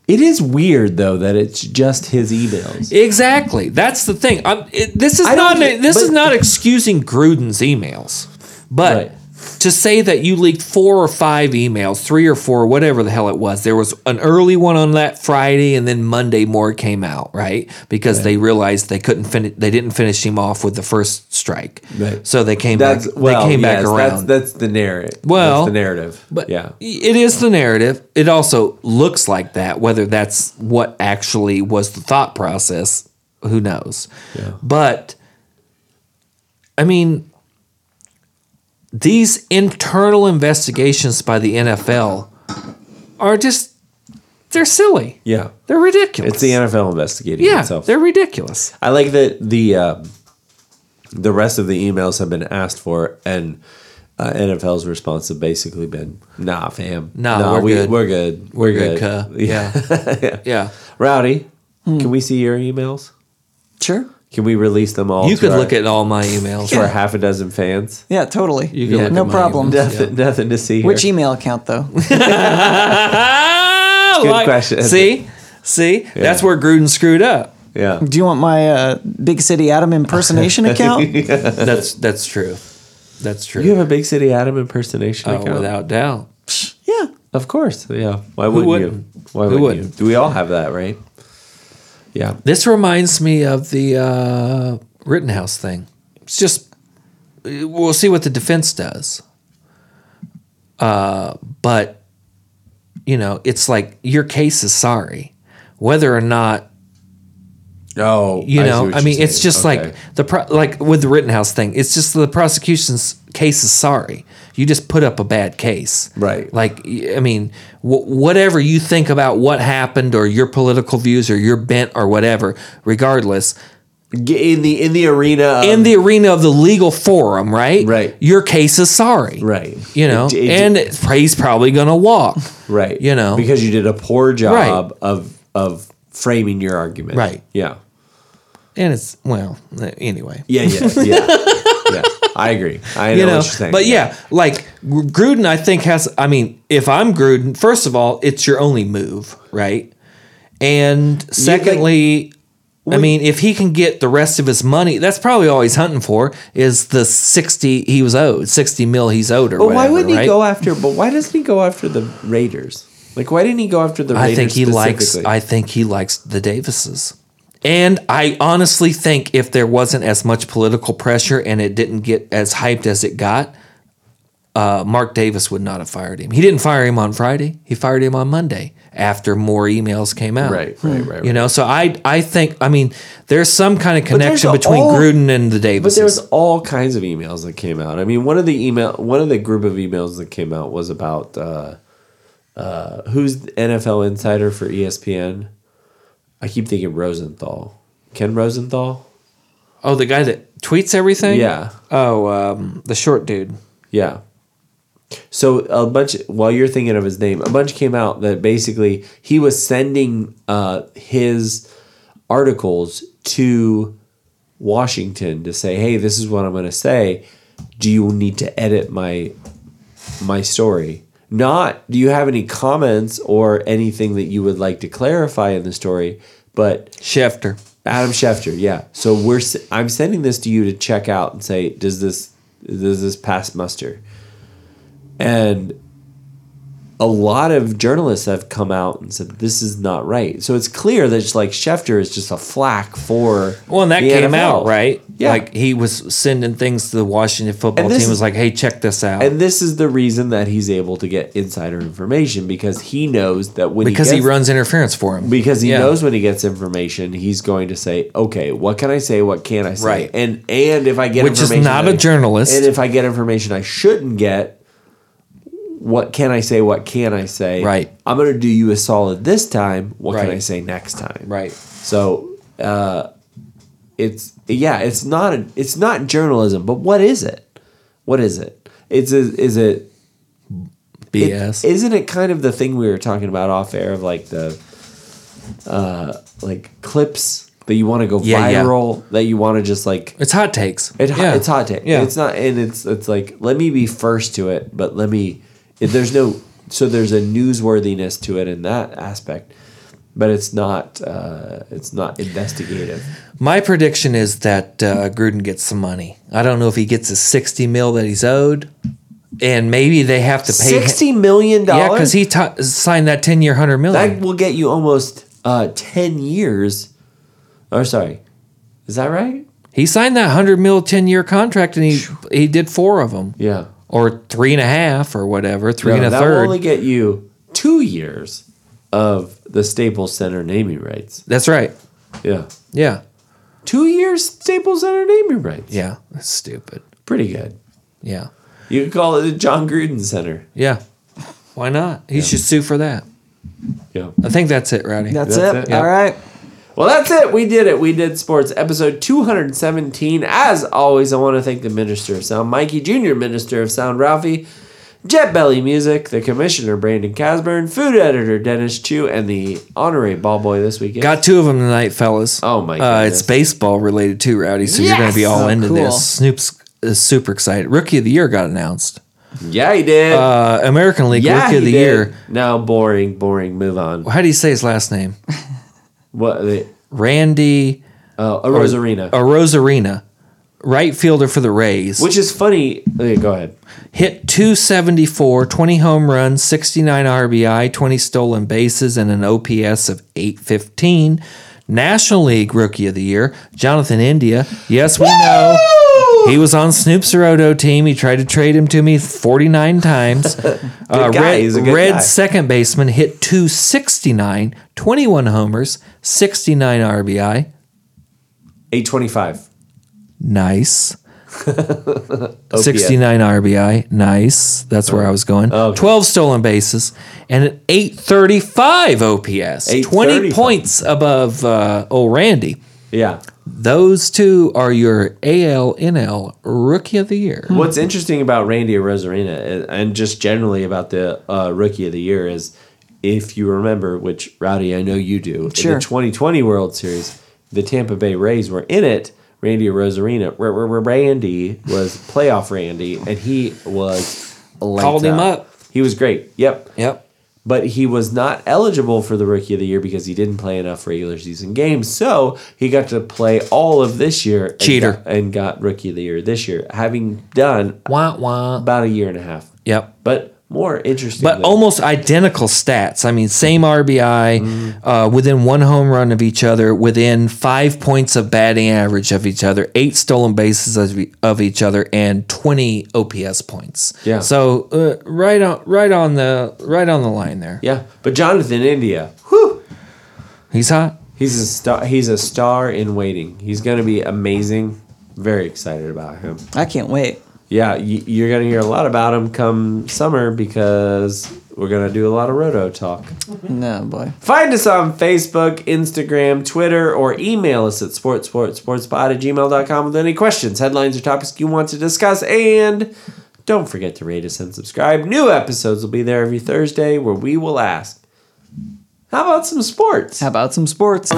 Speaker 1: it is weird, though, that it's just his emails.
Speaker 2: Exactly. That's the thing. I'm, it, this is
Speaker 1: I don't
Speaker 2: not
Speaker 1: thi-
Speaker 2: this is
Speaker 1: but-
Speaker 2: not excusing Gruden's emails, but
Speaker 1: Right.
Speaker 2: to say that you leaked four or five emails, three or four, whatever the hell it was. There was an early one on that Friday, and then Monday more came out, right? Because they realized they couldn't finish. They didn't finish him off with the first strike,
Speaker 1: Right.
Speaker 2: so they came
Speaker 1: That's
Speaker 2: back.
Speaker 1: well,
Speaker 2: they came
Speaker 1: yes,
Speaker 2: back around.
Speaker 1: That's, that's the narrative.
Speaker 2: Well,
Speaker 1: that's the narrative.
Speaker 2: But
Speaker 1: yeah,
Speaker 2: it is the narrative. It also looks like that. Whether that's what actually was the thought process, who knows?
Speaker 1: Yeah.
Speaker 2: But I mean, these internal investigations by the NFL are just they're silly.
Speaker 1: yeah.
Speaker 2: They're ridiculous.
Speaker 1: It's the NFL investigating
Speaker 2: yeah,
Speaker 1: itself.
Speaker 2: they're ridiculous.
Speaker 1: I like that the um, the rest of the emails have been asked for, and uh, NFL's response have basically been, "Nah, fam,
Speaker 2: Nah, we're
Speaker 1: we,
Speaker 2: good.
Speaker 1: we're good,
Speaker 2: We're good, cuh.
Speaker 1: [LAUGHS] yeah.
Speaker 2: uh, Yeah.
Speaker 1: [LAUGHS] Rowdy, can we see your emails?
Speaker 3: Sure.
Speaker 1: Can we release them all?
Speaker 2: You
Speaker 1: to
Speaker 2: could
Speaker 1: our-
Speaker 2: look at all my
Speaker 1: [LAUGHS]
Speaker 2: emails.
Speaker 1: to our half a dozen fans.
Speaker 3: Yeah, totally.
Speaker 2: You could look
Speaker 3: no
Speaker 2: at my
Speaker 3: problem.
Speaker 2: emails. Yeah.
Speaker 1: Nothing, nothing to see. Here.
Speaker 3: Which email account though?
Speaker 2: Ah,
Speaker 1: Good question, isn't
Speaker 2: See, see, that's
Speaker 1: Yeah.
Speaker 2: where Gruden screwed up. [LAUGHS]
Speaker 1: yeah,
Speaker 3: [LAUGHS] Do you want my uh, Big City Adam [LAUGHS] impersonation account?
Speaker 1: [LAUGHS]
Speaker 2: That's that's true. That's true.
Speaker 1: you have a big city Adam impersonation
Speaker 2: Oh,
Speaker 1: account.
Speaker 2: without doubt.
Speaker 3: yeah.
Speaker 1: Of course, yeah. Why wouldn't,
Speaker 2: wouldn't?
Speaker 1: you? Why
Speaker 2: Who
Speaker 1: wouldn't,
Speaker 2: wouldn't?
Speaker 1: you? Do we all have that, right? Yeah.
Speaker 2: This reminds me of the uh, Rittenhouse thing. It's just we'll see what the defense does. Uh, but you know, it's like your case is sorry, whether or not
Speaker 1: Oh,
Speaker 2: you know i mean it's just like the pro- like with the rittenhouse thing it's just the prosecution's case is sorry you just put up a bad case
Speaker 1: Right.
Speaker 2: like y- i mean wh- whatever you think about what happened or your political views or your bent or whatever regardless
Speaker 1: G- in the in the arena of,
Speaker 2: in the arena of the legal forum, right?
Speaker 1: Um, Right.
Speaker 2: Your case is sorry.
Speaker 1: Right.
Speaker 2: You know,
Speaker 1: It- it-
Speaker 2: and it's- he's probably going to walk.
Speaker 1: right
Speaker 2: you know.
Speaker 1: because you did a poor job
Speaker 2: Right.
Speaker 1: of of framing your argument
Speaker 2: Right.
Speaker 1: yeah
Speaker 2: And it's, well, anyway.
Speaker 1: yeah [LAUGHS] yeah yeah yeah I agree I know,
Speaker 2: You
Speaker 1: what
Speaker 2: know,
Speaker 1: you're saying
Speaker 2: but yeah, like Gr- Gruden, I think has. I mean, if I'm Gruden, first of all, it's your only move, right? And secondly, I mean, if he can get the rest of his money, that's probably all he's hunting for is the sixty he was owed, sixty mil he's owed, or
Speaker 1: but
Speaker 2: whatever.
Speaker 1: why wouldn't
Speaker 2: right?
Speaker 1: he go after but why doesn't he go after the Raiders like why didn't he go after the Raiders
Speaker 2: I think he likes.
Speaker 1: specifically?
Speaker 2: I think he likes the Davises, and I honestly think if there wasn't as much political pressure and it didn't get as hyped as it got, uh, Mark Davis would not have fired him. He didn't fire him on Friday. He fired him on Monday after more emails came out.
Speaker 1: Right, right, right,
Speaker 2: You know, so I, I think, I mean, there's some kind of
Speaker 1: there's
Speaker 2: connection
Speaker 1: a-
Speaker 2: between
Speaker 1: all-
Speaker 2: Gruden and the
Speaker 1: But
Speaker 2: Davises.
Speaker 1: there was all kinds of emails that came out. I mean, one of the email, one of the group of emails that came out was about uh, uh, who's the NFL insider for E ESPN. I keep thinking Rosenthal, Ken Rosenthal.
Speaker 2: oh, the guy that tweets everything.
Speaker 1: Yeah.
Speaker 2: Oh, um, the short dude.
Speaker 1: Yeah. So a bunch while you're thinking of his name, a bunch came out that basically he was sending uh, his articles to Washington to say, "Hey, this is what I'm going to say. Do you need to edit my my story?" Not, "Do you have any comments or anything that you would like to clarify in the story?" But
Speaker 2: Schefter.
Speaker 1: Adam Schefter, yeah. So we're s- I'm sending this to you to check out and say, does this does this pass muster? And a lot of journalists have come out and said this is not right. So it's clear that it's like Schefter is just a flack for
Speaker 2: Well, and that
Speaker 1: the
Speaker 2: came
Speaker 1: NFL.
Speaker 2: out right.
Speaker 1: Yeah.
Speaker 2: like he was sending things to the Washington football
Speaker 1: And this
Speaker 2: team.
Speaker 1: is-
Speaker 2: Was like, hey, check this out.
Speaker 1: and this is the reason that he's able to get insider information because he knows that when
Speaker 2: because
Speaker 1: he,
Speaker 2: he,
Speaker 1: gets,
Speaker 2: runs interference for him.
Speaker 1: because he
Speaker 2: Yeah.
Speaker 1: knows when he gets information he's going to say okay what can I say what can't I say
Speaker 2: Right.
Speaker 1: and and if I get
Speaker 2: Which is
Speaker 1: information
Speaker 2: not
Speaker 1: that
Speaker 2: a
Speaker 1: I-
Speaker 2: journalist.
Speaker 1: and if I get information I shouldn't get what can I say what can I say
Speaker 2: Right.
Speaker 1: I'm going to do you a solid this time what can
Speaker 2: Right.
Speaker 1: I say next time
Speaker 2: Right.
Speaker 1: so uh, it's yeah, it's not a, it's not journalism, but what is it? What is it? It's a, is it, it
Speaker 2: BS.
Speaker 1: isn't it kind of the thing we were talking about off air of like the uh like clips that you want to go
Speaker 2: Yeah, yeah.
Speaker 1: viral that you want to just like
Speaker 2: it's hot takes.
Speaker 1: it,
Speaker 2: Yeah.
Speaker 1: it's hot take.
Speaker 2: Yeah.
Speaker 1: It's not, and it's it's like let me be first to it, but let me. If there's no, so there's a newsworthiness to it in that aspect, but it's not. Uh, it's not investigative.
Speaker 2: My prediction is that uh, Gruden gets some money. I don't know if he gets his sixty mil that he's owed, and maybe they have to pay. him-
Speaker 1: Sixty million
Speaker 2: Yeah,
Speaker 1: dollars.
Speaker 2: because he ta signed that ten year hundred million.
Speaker 1: that will get you almost uh, ten years. Or sorry, is that right?
Speaker 2: he signed that hundred mil ten year contract, and he he did four of them.
Speaker 1: Yeah,
Speaker 2: Or three and a half, or whatever, three and a
Speaker 1: that
Speaker 2: third.
Speaker 1: will only get you two years of the Staples Center naming rights.
Speaker 2: That's right.
Speaker 1: Yeah,
Speaker 2: Yeah.
Speaker 1: two years Staples Center naming rights.
Speaker 2: Yeah. That's stupid.
Speaker 1: pretty good.
Speaker 2: Yeah.
Speaker 1: You could call it the John Gruden Center.
Speaker 2: Yeah. Why not? He should sue for that.
Speaker 1: Yeah.
Speaker 2: I think that's it, Rowdy.
Speaker 3: That's,
Speaker 1: That's
Speaker 3: it.
Speaker 1: it.
Speaker 3: All right.
Speaker 1: Well, that's it. We did it. We did sports episode 217. As always, I want to thank the Minister of Sound, Mikey Jr., Minister of Sound, Ralphie, Jet Belly Music, the Commissioner, Brandon Casburn, Food Editor, Dennis Chu, and the Honorary Ball Boy this weekend.
Speaker 2: Got two of them tonight, fellas.
Speaker 1: Oh, my
Speaker 2: Uh,
Speaker 1: goodness.
Speaker 2: it's baseball related too, Rowdy. So you're going to be all
Speaker 3: Oh,
Speaker 2: into
Speaker 3: cool.
Speaker 2: this. Snoop's is super excited. Rookie of the year got announced.
Speaker 1: Yeah, he did.
Speaker 2: Uh, American League
Speaker 1: yeah,
Speaker 2: Rookie of the
Speaker 1: he did.
Speaker 2: Year.
Speaker 1: No, boring, boring. Move on.
Speaker 2: How do you say his last name?
Speaker 1: What? The,
Speaker 2: Randy
Speaker 1: oh, a Rosarina.
Speaker 2: A Rosarina, right fielder for the Rays.
Speaker 1: Which is funny. Okay, go ahead.
Speaker 2: hit 274, 20 home runs, 69 RBI, 20 stolen bases, and an OPS of 815. National League Rookie of the Year, Jonathan India. Yes, we know. He was on Snoop Soroto team. He tried to trade him to me
Speaker 1: [LAUGHS]
Speaker 2: 49 times. uh,
Speaker 1: guy.
Speaker 2: Red,
Speaker 1: He's a good
Speaker 2: Red
Speaker 1: guy.
Speaker 2: second baseman hit 269, 21 homers, 69 RBI.
Speaker 1: 825.
Speaker 2: Nice. 69 RBI. Nice. That's where I was going.
Speaker 1: Okay.
Speaker 2: 12 stolen bases and an 835 OPS. 20
Speaker 1: 835.
Speaker 2: points above uh, old Randy.
Speaker 1: Yeah.
Speaker 2: Those two are your ALNL Rookie of the Year.
Speaker 1: What's interesting about Randy Rosarina uh, and just generally about the uh, Rookie of the Year is if you remember, which Rowdy, I know you do, in
Speaker 3: Sure.
Speaker 1: the 2020 World Series, the Tampa Bay Rays were in it. Randy Rosarina, R- R- R- Randy was playoff Randy, and he was lights
Speaker 2: Called him up.
Speaker 1: He was great. Yep.
Speaker 2: Yep.
Speaker 1: But he was not eligible for the Rookie of the Year because he didn't play enough regular season games. So he got to play all of this year. and
Speaker 2: Cheater.
Speaker 1: got- and got Rookie of the Year this year, having done
Speaker 2: Wah, wah.
Speaker 1: about a year and a half.
Speaker 2: Yep.
Speaker 1: But more interesting.
Speaker 2: But
Speaker 1: than-
Speaker 2: almost identical stats. I mean, same RBI,
Speaker 1: Mm-hmm.
Speaker 2: uh, within one home run of each other, within five points of batting average of each other, eight stolen bases of, e- of each other, and twenty OPS points.
Speaker 1: Yeah.
Speaker 2: So uh, right on, right on the right on the line there.
Speaker 1: Yeah. But Jonathan India, whew,
Speaker 2: He's hot.
Speaker 1: he's a star he's a star in waiting. He's gonna be amazing. Very excited about him.
Speaker 3: I can't wait.
Speaker 1: Yeah, y- you're gonna hear a lot about him come summer because we're gonna do a lot of roto talk.
Speaker 3: No boy.
Speaker 1: Find us on Facebook, Instagram, Twitter, or email us at sportsportsportspod at gmail.com with any questions, headlines, or topics you want to discuss. And don't forget to rate us and subscribe. New episodes will be there every Thursday where we will ask, How about some sports?
Speaker 3: How about some sports?